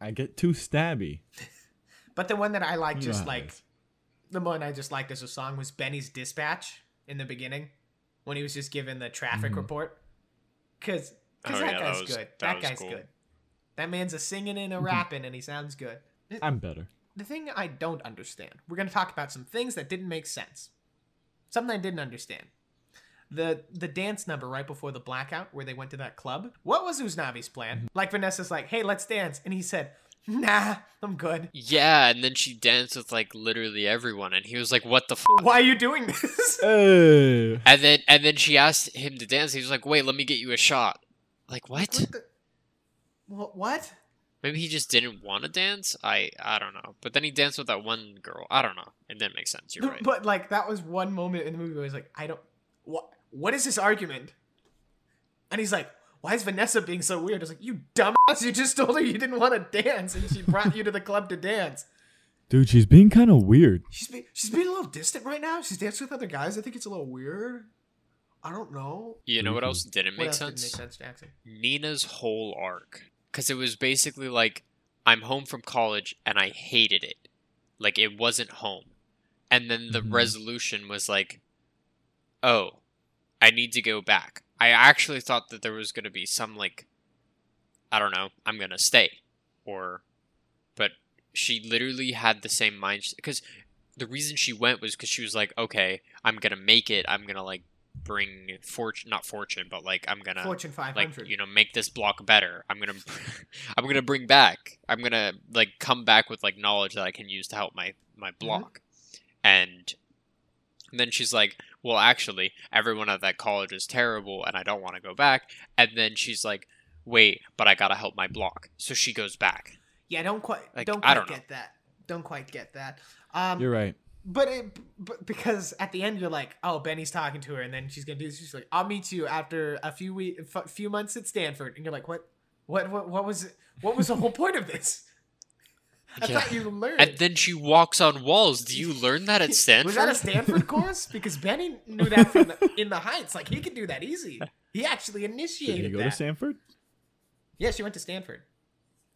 [SPEAKER 3] I get too stabby.
[SPEAKER 1] But the one that I like,
[SPEAKER 3] You know
[SPEAKER 1] just
[SPEAKER 3] how it
[SPEAKER 1] like
[SPEAKER 3] is.
[SPEAKER 1] the one I just liked as a song was Benny's Dispatch in the beginning when he was just given the traffic
[SPEAKER 3] Mhm.
[SPEAKER 1] report. Because
[SPEAKER 2] Oh,
[SPEAKER 1] that
[SPEAKER 2] yeah, that
[SPEAKER 1] guy's
[SPEAKER 2] was-
[SPEAKER 1] good.
[SPEAKER 2] that
[SPEAKER 1] That,
[SPEAKER 2] was
[SPEAKER 1] guy's
[SPEAKER 2] cool.
[SPEAKER 1] good. That man's a singing and a
[SPEAKER 3] Mm-hmm.
[SPEAKER 1] rapping, and he sounds good.
[SPEAKER 3] I'm better.
[SPEAKER 1] The thing I don't understand, we're going to talk about some things that didn't make sense. Something I didn't understand. The the dance number right before the blackout where they went to that club. What was Uznavi's plan? Like Vanessa's like, "Hey, let's dance." And he said, "Nah, I'm good.
[SPEAKER 2] Yeah, and then she danced with like literally everyone, and he was like, "What the f-?
[SPEAKER 1] Why are you doing this?"
[SPEAKER 3] Hey.
[SPEAKER 2] And then and then she asked him to dance. He was like, "Wait, let me get you a shot." Like what?
[SPEAKER 1] What the- Wha- What?
[SPEAKER 2] Maybe he just didn't want to dance. I I don't know. But then he danced with that one girl. I don't know. It didn't make sense. You're right.
[SPEAKER 1] But like that was one moment in the movie where he's like, I don't what what is this argument? And he's like, Why is Vanessa being so weird? I was like, You dumbass, you just told her you didn't want to dance and she brought you to the club to dance.
[SPEAKER 3] Dude, she's being kind of weird.
[SPEAKER 1] She's be- she's being a little distant right now. She's dancing with other guys. I think it's a little weird. I don't know.
[SPEAKER 2] You know what
[SPEAKER 3] Mhm.
[SPEAKER 2] else didn't
[SPEAKER 1] Mm-hmm. what
[SPEAKER 2] make
[SPEAKER 1] else didn't
[SPEAKER 2] sense?
[SPEAKER 1] make sense, Jackson?
[SPEAKER 2] Nina's whole arc. Because it was basically like, I'm home from college and I hated it. Like, it wasn't home. And then the
[SPEAKER 3] Mhm.
[SPEAKER 2] resolution was like, oh, I need to go back. I actually thought that there was going to be some, like, I don't know, I'm going to stay. Or, but she literally had the same mindset. Because the reason she went was because she was like, okay, I'm going to make it. I'm going to, like, bring fortune, not fortune, but, like, I'm going to
[SPEAKER 1] Fortune five
[SPEAKER 2] like
[SPEAKER 1] hundred.
[SPEAKER 2] you know make this block better i'm gonna i'm gonna bring back i'm gonna like come back with like knowledge that i can use to help my my
[SPEAKER 1] Mm-hmm.
[SPEAKER 2] block and, and then she's like well actually everyone at that college is terrible and i don't want to go back and then she's like wait but i gotta help my block so she goes back
[SPEAKER 1] yeah, don't quite
[SPEAKER 2] like,
[SPEAKER 1] don't quite
[SPEAKER 2] I don't know.
[SPEAKER 1] get that. Don't quite get that. Um
[SPEAKER 3] You're right.
[SPEAKER 1] But, it, but because at the end you're like, oh, Benny's talking to her, and then she's gonna do this. She's like, I'll meet you after a few week, f- few months at Stanford, and you're like, what, what, what, what was, it? what was the whole point of this? I
[SPEAKER 2] Yeah.
[SPEAKER 1] thought you learned.
[SPEAKER 2] and then she walks on walls do you learn that at stanford
[SPEAKER 1] was that a Stanford course? Because Benny knew that from the, in the Heights, like he could do that easy. He actually
[SPEAKER 3] Did you
[SPEAKER 1] initiated
[SPEAKER 3] go
[SPEAKER 1] that.
[SPEAKER 3] to Sanford?
[SPEAKER 1] yeah, she went to Stanford,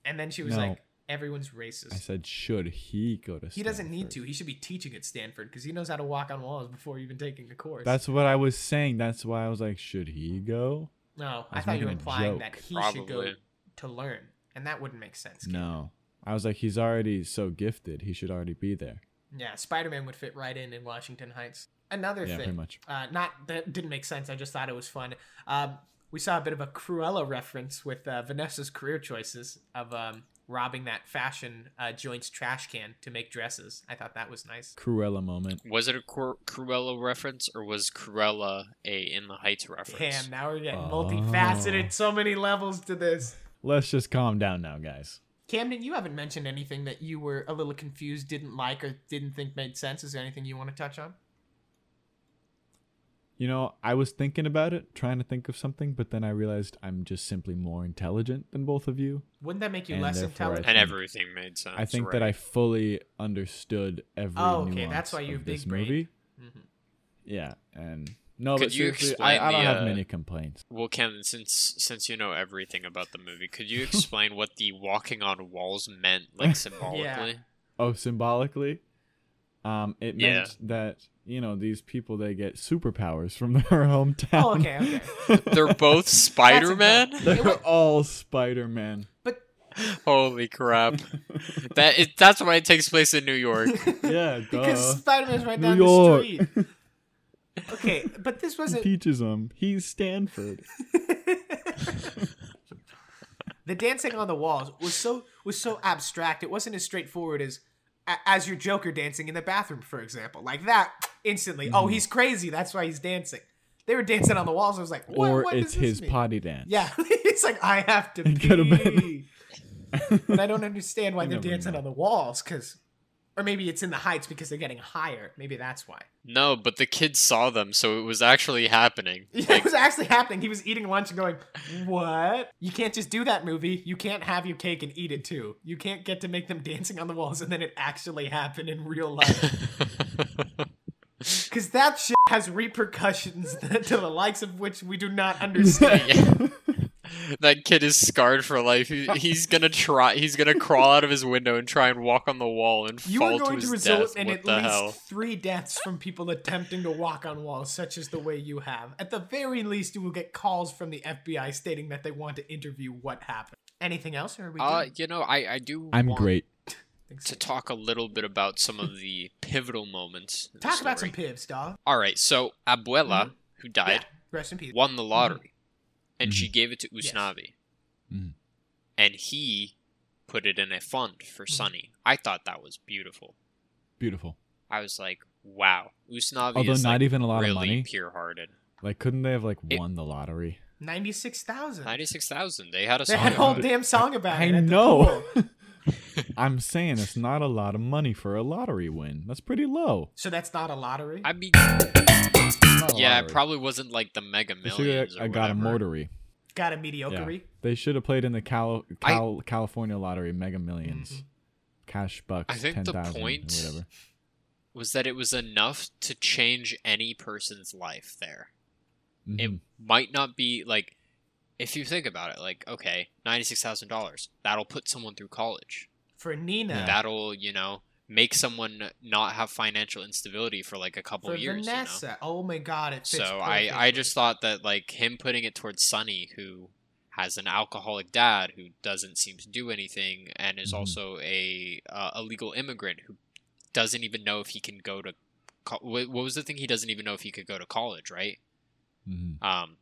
[SPEAKER 1] and then she was
[SPEAKER 3] No.
[SPEAKER 1] like, everyone's
[SPEAKER 3] I
[SPEAKER 1] racist.
[SPEAKER 3] said, should he go to?
[SPEAKER 1] He doesn't need to.
[SPEAKER 3] Stanford?
[SPEAKER 1] He should be teaching at Stanford because he knows how to walk on walls before even taking the course.
[SPEAKER 3] That's what I was saying. That's why I was like, should he go?
[SPEAKER 1] No,
[SPEAKER 3] I
[SPEAKER 1] I,
[SPEAKER 3] was
[SPEAKER 1] thought you were
[SPEAKER 3] making a
[SPEAKER 1] implying
[SPEAKER 3] joke.
[SPEAKER 1] that he should go
[SPEAKER 2] probably
[SPEAKER 1] to learn, and that wouldn't make sense. Ken.
[SPEAKER 3] No, I was like, he's already so gifted. He should already be there.
[SPEAKER 1] Yeah, Spider Man would fit right in in Washington Heights. Another
[SPEAKER 3] yeah, pretty
[SPEAKER 1] thing,
[SPEAKER 3] much.
[SPEAKER 1] uh, not that didn't make sense. I just thought it was fun. Um, we saw a bit of a Cruella reference with uh, Vanessa's career choices of um, robbing that fashion uh, joint's trash can to make dresses. I thought that was nice.
[SPEAKER 3] Cruella moment.
[SPEAKER 2] was it a Cru- Cruella reference or was Cruella a In the Heights reference?
[SPEAKER 1] Damn, now we're getting
[SPEAKER 3] Oh.
[SPEAKER 1] multifaceted. So many levels to this.
[SPEAKER 3] Let's just calm down now, guys.
[SPEAKER 1] Camden, you haven't mentioned anything that you were a little confused, didn't like, or didn't think made sense. Is there anything you want to touch on?
[SPEAKER 3] You know, I was thinking about it, trying to think of something, but then I realized I'm just simply more intelligent than both of you.
[SPEAKER 1] Wouldn't that make you
[SPEAKER 3] And
[SPEAKER 1] less
[SPEAKER 3] therefore I
[SPEAKER 1] intelligent?
[SPEAKER 2] and
[SPEAKER 3] think-
[SPEAKER 2] everything made sense.
[SPEAKER 3] I think
[SPEAKER 2] right?
[SPEAKER 3] that I fully understood every
[SPEAKER 1] Oh, okay,
[SPEAKER 3] nuance
[SPEAKER 1] that's why you
[SPEAKER 3] of
[SPEAKER 1] have big
[SPEAKER 3] this
[SPEAKER 1] brain.
[SPEAKER 3] movie.
[SPEAKER 1] Mhm.
[SPEAKER 3] Yeah, and no,
[SPEAKER 2] Could
[SPEAKER 3] but
[SPEAKER 2] you
[SPEAKER 3] seriously,
[SPEAKER 2] explain
[SPEAKER 3] I, I don't
[SPEAKER 2] the,
[SPEAKER 3] have
[SPEAKER 2] uh,
[SPEAKER 3] many complaints.
[SPEAKER 2] Well, Camden, since since you know everything about the movie, could you explain what the walking on walls meant, like symbolically?
[SPEAKER 3] Oh, symbolically, um, it meant
[SPEAKER 2] Yeah.
[SPEAKER 3] that you know these people they get superpowers from their hometown.
[SPEAKER 1] Oh, okay, okay.
[SPEAKER 2] They're both Spider Man.
[SPEAKER 1] It
[SPEAKER 3] They're
[SPEAKER 1] wa-
[SPEAKER 3] all Spider-Man.
[SPEAKER 1] But
[SPEAKER 2] Holy crap! that it, that's why it takes place in New York.
[SPEAKER 3] Yeah,
[SPEAKER 1] because
[SPEAKER 3] duh.
[SPEAKER 1] Spider Man's right
[SPEAKER 3] Uh,
[SPEAKER 1] down
[SPEAKER 3] New York.
[SPEAKER 1] the street. Okay, but this wasn't
[SPEAKER 3] Teaches him. He's Stanford.
[SPEAKER 1] the dancing on the walls was so was so abstract. It wasn't as straightforward as a- as your Joker dancing in the bathroom, for example. Like that instantly. Oh,
[SPEAKER 3] Mm.
[SPEAKER 1] he's crazy. That's why he's dancing. They were dancing on the walls. I was like, what,
[SPEAKER 3] or
[SPEAKER 1] what does
[SPEAKER 3] it's
[SPEAKER 1] this
[SPEAKER 3] his
[SPEAKER 1] mean?
[SPEAKER 3] potty dance.
[SPEAKER 1] Yeah, it's like I have to
[SPEAKER 3] It could've been-
[SPEAKER 1] pee. but I don't understand why
[SPEAKER 3] You
[SPEAKER 1] they're
[SPEAKER 3] never
[SPEAKER 1] dancing
[SPEAKER 3] know.
[SPEAKER 1] on the walls, because, or maybe it's in the heights because they're getting higher. Maybe that's why.
[SPEAKER 2] no, but the kids saw them, so it was actually happening.
[SPEAKER 1] it was actually happening. He was eating lunch and going, "What? You can't just do that movie. You can't have your cake and eat it too. You can't get to make them dancing on the walls and then it actually happened in real life. Because that shit has repercussions that, to the likes of which we do not understand."
[SPEAKER 2] that kid is scarred for life. He, he's gonna try. He's gonna crawl out of his window and try and walk on the wall and
[SPEAKER 1] You
[SPEAKER 2] fall
[SPEAKER 1] are going
[SPEAKER 2] to
[SPEAKER 1] to,
[SPEAKER 2] his
[SPEAKER 1] result
[SPEAKER 2] death.
[SPEAKER 1] in
[SPEAKER 2] what
[SPEAKER 1] at
[SPEAKER 2] the
[SPEAKER 1] least
[SPEAKER 2] hell?
[SPEAKER 1] three deaths from people attempting to walk on walls, such as the way you have. At the very least, you will get calls from the FBI stating that they want to interview what happened. Anything else, or are we?
[SPEAKER 2] Uh,
[SPEAKER 1] good?
[SPEAKER 2] you know, I I do.
[SPEAKER 3] I'm
[SPEAKER 2] want
[SPEAKER 3] great.
[SPEAKER 1] Think so.
[SPEAKER 2] To talk a little bit about some of the pivotal moments. in the
[SPEAKER 1] Talk about
[SPEAKER 2] story.
[SPEAKER 1] some Mm-hmm. pibs, dog.
[SPEAKER 2] All right, so Abuela, who died,
[SPEAKER 1] Rest in peace.
[SPEAKER 2] won the lottery, and
[SPEAKER 3] Mhm.
[SPEAKER 2] she gave it to
[SPEAKER 1] Yes.
[SPEAKER 2] Usnavi,
[SPEAKER 3] Mhm.
[SPEAKER 2] and he put it in a fund for
[SPEAKER 1] Mhm.
[SPEAKER 2] Sunny. I thought that was beautiful.
[SPEAKER 3] Beautiful.
[SPEAKER 2] I was like, wow, Usnavi
[SPEAKER 3] Although
[SPEAKER 2] is
[SPEAKER 3] not
[SPEAKER 2] like,
[SPEAKER 3] even a lot
[SPEAKER 2] really
[SPEAKER 3] of money.
[SPEAKER 2] pure-hearted.
[SPEAKER 3] Like, couldn't they have like
[SPEAKER 2] It-
[SPEAKER 3] won the lottery?
[SPEAKER 1] Ninety-six thousand.
[SPEAKER 2] Ninety-six thousand. They had a
[SPEAKER 1] They
[SPEAKER 2] song.
[SPEAKER 1] had a whole
[SPEAKER 2] about it.
[SPEAKER 1] damn song about
[SPEAKER 3] I
[SPEAKER 1] it. at the
[SPEAKER 3] know.
[SPEAKER 1] pool.
[SPEAKER 3] I'm saying it's not a lot of money for a lottery win. That's pretty low.
[SPEAKER 1] So that's not a lottery.
[SPEAKER 2] I mean,
[SPEAKER 3] It's not a
[SPEAKER 2] yeah, it
[SPEAKER 3] lottery.
[SPEAKER 2] probably wasn't like the Mega
[SPEAKER 3] They should
[SPEAKER 2] Millions.
[SPEAKER 3] have-
[SPEAKER 2] or
[SPEAKER 3] I got a
[SPEAKER 2] whatever.
[SPEAKER 3] mortary.
[SPEAKER 1] Got a mediocre.
[SPEAKER 3] They should have played in the Cal-
[SPEAKER 2] I-
[SPEAKER 3] Cal- California lottery, Mega 1000000s
[SPEAKER 1] Mhm.
[SPEAKER 3] cash bucks,
[SPEAKER 2] I think
[SPEAKER 3] ten
[SPEAKER 2] the
[SPEAKER 3] thousand,
[SPEAKER 2] point-
[SPEAKER 3] whatever.
[SPEAKER 2] was that it was enough to change any person's life there. It
[SPEAKER 3] Mhm.
[SPEAKER 2] might not be like if you think about it, like, okay, ninety six thousand dollars. That'll put someone through college.
[SPEAKER 1] For Nina.
[SPEAKER 2] That'll, you know, make someone not have financial instability for like a couple
[SPEAKER 1] for
[SPEAKER 2] years. you know?
[SPEAKER 1] Vanessa. Oh my god, it fits
[SPEAKER 2] So I, I
[SPEAKER 1] perfectly.
[SPEAKER 2] just thought that like him putting it towards Sonny, who has an alcoholic dad who doesn't seem to do anything and is
[SPEAKER 3] Mhm.
[SPEAKER 2] also a uh, illegal immigrant who doesn't even know if he can go to co- wh- what was the thing he doesn't even know if he could go to college, right?
[SPEAKER 3] Mhm.
[SPEAKER 2] Um,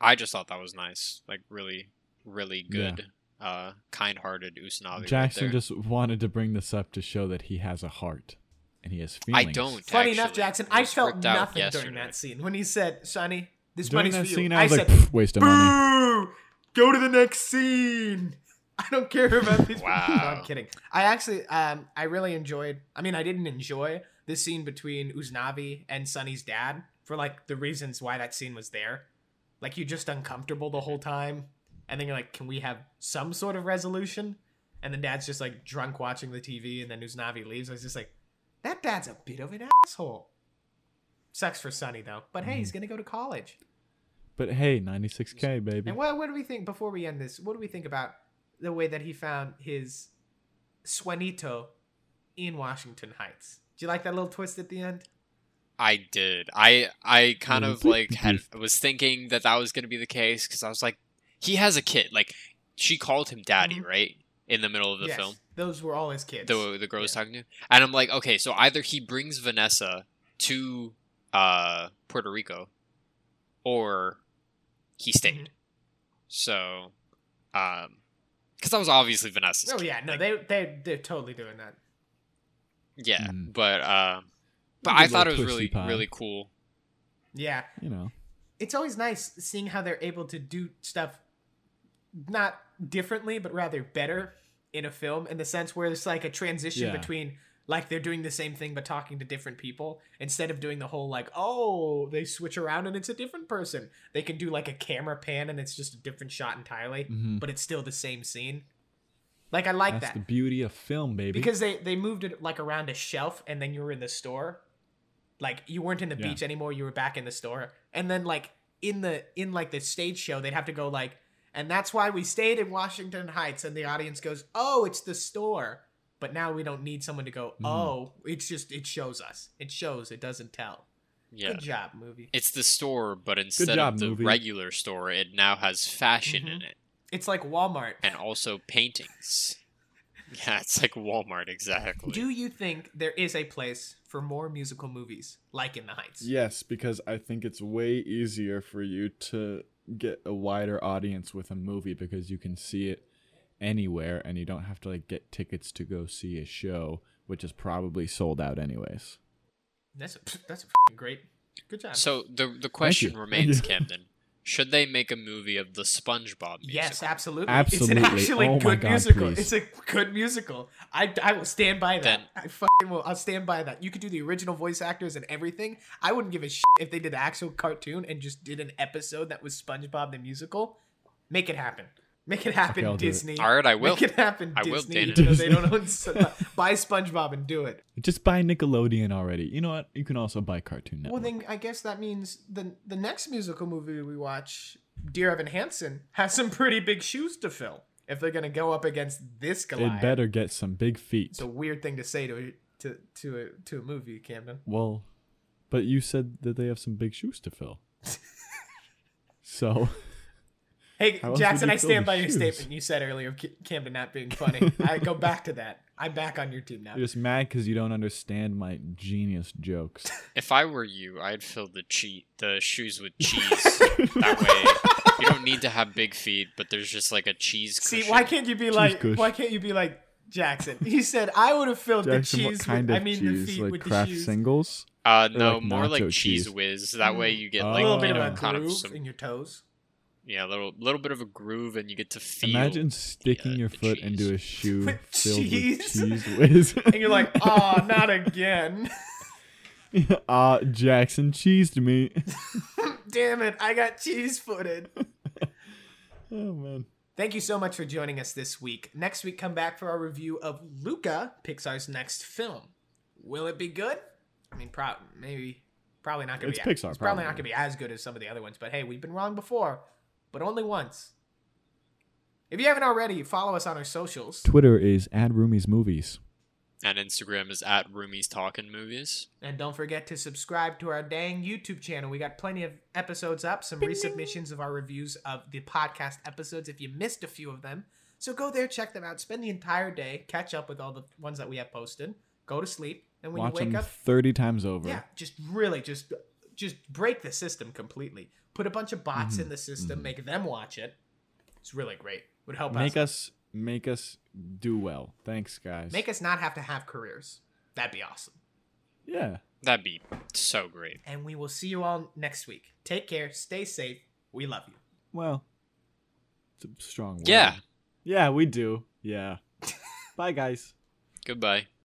[SPEAKER 2] I just thought that was nice, like really, really
[SPEAKER 3] Yeah.
[SPEAKER 2] good, uh, kind-hearted Usnavi.
[SPEAKER 3] Jackson
[SPEAKER 2] right there.
[SPEAKER 3] just wanted to bring this up to show that he has a heart and he has
[SPEAKER 2] I
[SPEAKER 3] feelings.
[SPEAKER 2] don't.
[SPEAKER 1] Funny enough,
[SPEAKER 2] actually.
[SPEAKER 1] Jackson,
[SPEAKER 2] It
[SPEAKER 1] I
[SPEAKER 2] was
[SPEAKER 1] felt
[SPEAKER 2] ripped out
[SPEAKER 1] nothing
[SPEAKER 2] yesterday.
[SPEAKER 1] during that scene when he said, "Sonny, this
[SPEAKER 3] During
[SPEAKER 1] money's
[SPEAKER 3] that
[SPEAKER 1] for you."
[SPEAKER 3] scene,
[SPEAKER 1] I,
[SPEAKER 3] I was like,
[SPEAKER 1] said,
[SPEAKER 3] "Pff, waste of money.
[SPEAKER 1] "Boo! Go to the next scene." I don't care about these.
[SPEAKER 2] Wow.
[SPEAKER 1] No, I'm kidding. I actually, um, I really enjoyed. I mean, I didn't enjoy this scene between Uznavi and Sonny's dad for like the reasons why that scene was there. Like you're just uncomfortable the whole time, and then you're like, "Can we have some sort of resolution?" And then dad's just like drunk watching the TV, and then Uznavi leaves. I was just like, "That dad's a bit of an asshole." Sucks for Sonny though, but hey,
[SPEAKER 3] Mm.
[SPEAKER 1] he's gonna go to college.
[SPEAKER 3] But hey, 96K, baby.
[SPEAKER 1] And
[SPEAKER 2] Mm-hmm.
[SPEAKER 1] what, what do we think before we end this? What do we think about the way that he found his Suanito in Washington Heights? Do you like that little twist at the end?
[SPEAKER 2] I did. I I kind
[SPEAKER 3] Little
[SPEAKER 2] of like had
[SPEAKER 3] bit.
[SPEAKER 2] was thinking that that was gonna be the case because I was like, he has a kid. Like she called him daddy,
[SPEAKER 1] Mhm.
[SPEAKER 2] right? In the middle of the
[SPEAKER 1] yes,
[SPEAKER 2] film,
[SPEAKER 1] those were all his kids.
[SPEAKER 2] the the girl was
[SPEAKER 1] Yeah.
[SPEAKER 2] talking to, and I'm like, okay, so either he brings Vanessa to uh Puerto Rico, or he stayed.
[SPEAKER 1] Mhm.
[SPEAKER 2] So, um, because that was obviously Vanessa's.
[SPEAKER 1] Oh
[SPEAKER 2] kid.
[SPEAKER 1] yeah, no, they they they're totally doing that.
[SPEAKER 2] yeah,
[SPEAKER 3] Mm.
[SPEAKER 2] but um, but
[SPEAKER 3] Good
[SPEAKER 2] I thought it
[SPEAKER 3] little
[SPEAKER 2] was
[SPEAKER 3] twisty
[SPEAKER 2] really
[SPEAKER 3] pie.
[SPEAKER 2] really cool.
[SPEAKER 1] Yeah,
[SPEAKER 3] You know,
[SPEAKER 1] it's always nice seeing how they're able to do stuff not differently but rather better in a film in the sense where it's like a transition
[SPEAKER 3] Yeah.
[SPEAKER 1] between like they're doing the same thing but talking to different people instead of doing the whole like oh they switch around and it's a different person they can do like a camera pan and it's just a different shot entirely
[SPEAKER 3] Mhm.
[SPEAKER 1] but it's still the same scene like i like that
[SPEAKER 3] that's the beauty of film, baby.
[SPEAKER 1] because they they moved it like around a shelf and then you were in the store like you weren't in the
[SPEAKER 3] Yeah.
[SPEAKER 1] beach anymore you were back in the store and then like in the in like the stage show they'd have to go like and that's why we stayed in washington heights and the audience goes oh it's the store but now we don't need someone to go
[SPEAKER 2] Mm.
[SPEAKER 3] Mhm.
[SPEAKER 1] oh it's just it shows us it shows it doesn't tell
[SPEAKER 2] Yeah.
[SPEAKER 1] good job movie
[SPEAKER 2] It's the store, but instead
[SPEAKER 3] job,
[SPEAKER 2] of the
[SPEAKER 3] movie.
[SPEAKER 2] regular store, it now has fashion
[SPEAKER 1] Mm-hmm.
[SPEAKER 2] in it
[SPEAKER 1] it's like walmart
[SPEAKER 2] and also paintings. yeah, it's like Walmart exactly.
[SPEAKER 1] do you think there is a place for more musical movies like in the heights
[SPEAKER 3] Yes, because I think it's way easier for you to get a wider audience with a movie because you can see it anywhere and you don't have to like get tickets to go see a show which is probably sold out anyways.
[SPEAKER 1] that's a, that's a f***ing great good job
[SPEAKER 2] so the the question
[SPEAKER 3] you.
[SPEAKER 2] remains,
[SPEAKER 3] Thank you.
[SPEAKER 2] Camden: Should they make a movie of the SpongeBob? Musical?
[SPEAKER 1] Yes, absolutely.
[SPEAKER 3] Absolutely.
[SPEAKER 1] It's an actually
[SPEAKER 3] Oh my
[SPEAKER 1] good
[SPEAKER 3] God,
[SPEAKER 1] musical.
[SPEAKER 3] please.
[SPEAKER 1] It's a good musical. I, I will stand by that.
[SPEAKER 2] Then-
[SPEAKER 1] I fucking will. I'll stand by that. You could do the original voice actors and everything. I wouldn't give a shit if they did an actual cartoon and just did an episode that was SpongeBob the musical. Make it happen. Make it happen,
[SPEAKER 3] I'll do it.
[SPEAKER 1] Disney.
[SPEAKER 2] All right, I will.
[SPEAKER 1] Make it happen,
[SPEAKER 2] I
[SPEAKER 1] Disney.
[SPEAKER 2] will, Dan.
[SPEAKER 1] even though they don't own Sp- buy SpongeBob and do it.
[SPEAKER 3] Just buy Nickelodeon already. You know what? You can also buy Cartoon Network.
[SPEAKER 1] Well, then I guess that means the the next musical movie we watch, Dear Evan Hansen, has some pretty big shoes to fill if they're gonna go up against this Goliath.
[SPEAKER 3] They'd better get some big feet.
[SPEAKER 1] It's a weird thing to say to a, to to a to a movie, Camden.
[SPEAKER 3] well, but you said that they have some big shoes to fill. so
[SPEAKER 1] Hey,
[SPEAKER 3] How else
[SPEAKER 1] Jackson,
[SPEAKER 3] would you
[SPEAKER 1] I
[SPEAKER 3] fill
[SPEAKER 1] stand
[SPEAKER 3] the
[SPEAKER 1] by your
[SPEAKER 3] shoes?
[SPEAKER 1] statement you said earlier of Ca- Camden not being funny. I go back to that. I'm back on your team now.
[SPEAKER 3] You're just mad because you don't understand my genius jokes.
[SPEAKER 2] If I were you, I'd fill the cheat the shoes with cheese. that way, you don't need to have big feet, but there's just like a cheese.
[SPEAKER 1] See,
[SPEAKER 2] cushion.
[SPEAKER 1] why can't you be like?
[SPEAKER 3] Kush.
[SPEAKER 1] Why can't you be like Jackson? He said I would have filled
[SPEAKER 3] Jackson,
[SPEAKER 1] the
[SPEAKER 3] what
[SPEAKER 1] cheese.
[SPEAKER 3] kind
[SPEAKER 1] with,
[SPEAKER 3] of
[SPEAKER 1] I mean,
[SPEAKER 3] cheese?
[SPEAKER 1] the feet
[SPEAKER 3] like
[SPEAKER 1] with
[SPEAKER 3] craft
[SPEAKER 1] the shoes.
[SPEAKER 3] singles?
[SPEAKER 2] Uh,
[SPEAKER 3] Or,
[SPEAKER 2] no,
[SPEAKER 3] like,
[SPEAKER 2] more like
[SPEAKER 3] nacho
[SPEAKER 2] cheese,
[SPEAKER 3] cheese.
[SPEAKER 2] whiz. That way, you get
[SPEAKER 1] a
[SPEAKER 2] like
[SPEAKER 1] Mm. little bit
[SPEAKER 3] Oh.
[SPEAKER 1] of a
[SPEAKER 2] kind of
[SPEAKER 1] groove
[SPEAKER 2] some-
[SPEAKER 1] in your toes.
[SPEAKER 2] yeah, a little little bit of a groove, and you get to feel.
[SPEAKER 3] Imagine sticking your
[SPEAKER 2] the
[SPEAKER 3] foot
[SPEAKER 2] cheese.
[SPEAKER 3] into a shoe
[SPEAKER 1] With
[SPEAKER 3] filled
[SPEAKER 1] cheese.
[SPEAKER 3] with cheese whiz.
[SPEAKER 1] And you're like, oh, not again.
[SPEAKER 3] Ah, Jackson cheesed me.
[SPEAKER 1] Damn it, I got cheese footed.
[SPEAKER 3] Oh man.
[SPEAKER 1] Thank you so much for joining us this week. Next week, come back for our review of Luca, Pixar's next film. Will it be good? I mean, pro- maybe, probably not going
[SPEAKER 3] It's
[SPEAKER 1] to be.
[SPEAKER 3] Pixar,
[SPEAKER 1] It's probably not
[SPEAKER 3] probably.
[SPEAKER 1] going to be as good as some of the other ones. But hey, we've been wrong before, but only once. If you haven't already, follow us on our socials
[SPEAKER 3] Twitter is at Roomies Movies.
[SPEAKER 2] And Instagram is at Roomies Talking Movies.
[SPEAKER 1] and don't forget to subscribe to our dang YouTube channel. We got plenty of episodes up, some resubmissions of our reviews of the podcast episodes. If you missed a few of them, So go there, check them out. Spend the entire day, catch up with all the ones that we have posted. Go to sleep, and when
[SPEAKER 3] Watch
[SPEAKER 1] you wake
[SPEAKER 3] them
[SPEAKER 1] up,
[SPEAKER 3] thirty times over.
[SPEAKER 1] yeah, just really just just break the system completely. Put a bunch of bots in the system,
[SPEAKER 3] mhm.
[SPEAKER 1] make them watch it. It's really great. Would help
[SPEAKER 3] Make
[SPEAKER 1] us
[SPEAKER 3] us make us do well. Thanks, guys.
[SPEAKER 1] make us not have to have careers. That'd be awesome.
[SPEAKER 3] yeah.
[SPEAKER 2] That'd be so great.
[SPEAKER 1] And we will see you all next week. Take care, stay safe. We love you.
[SPEAKER 3] Well, it's a strong word.
[SPEAKER 2] Yeah.
[SPEAKER 3] Yeah, we do. Yeah. Bye, guys.
[SPEAKER 2] Goodbye.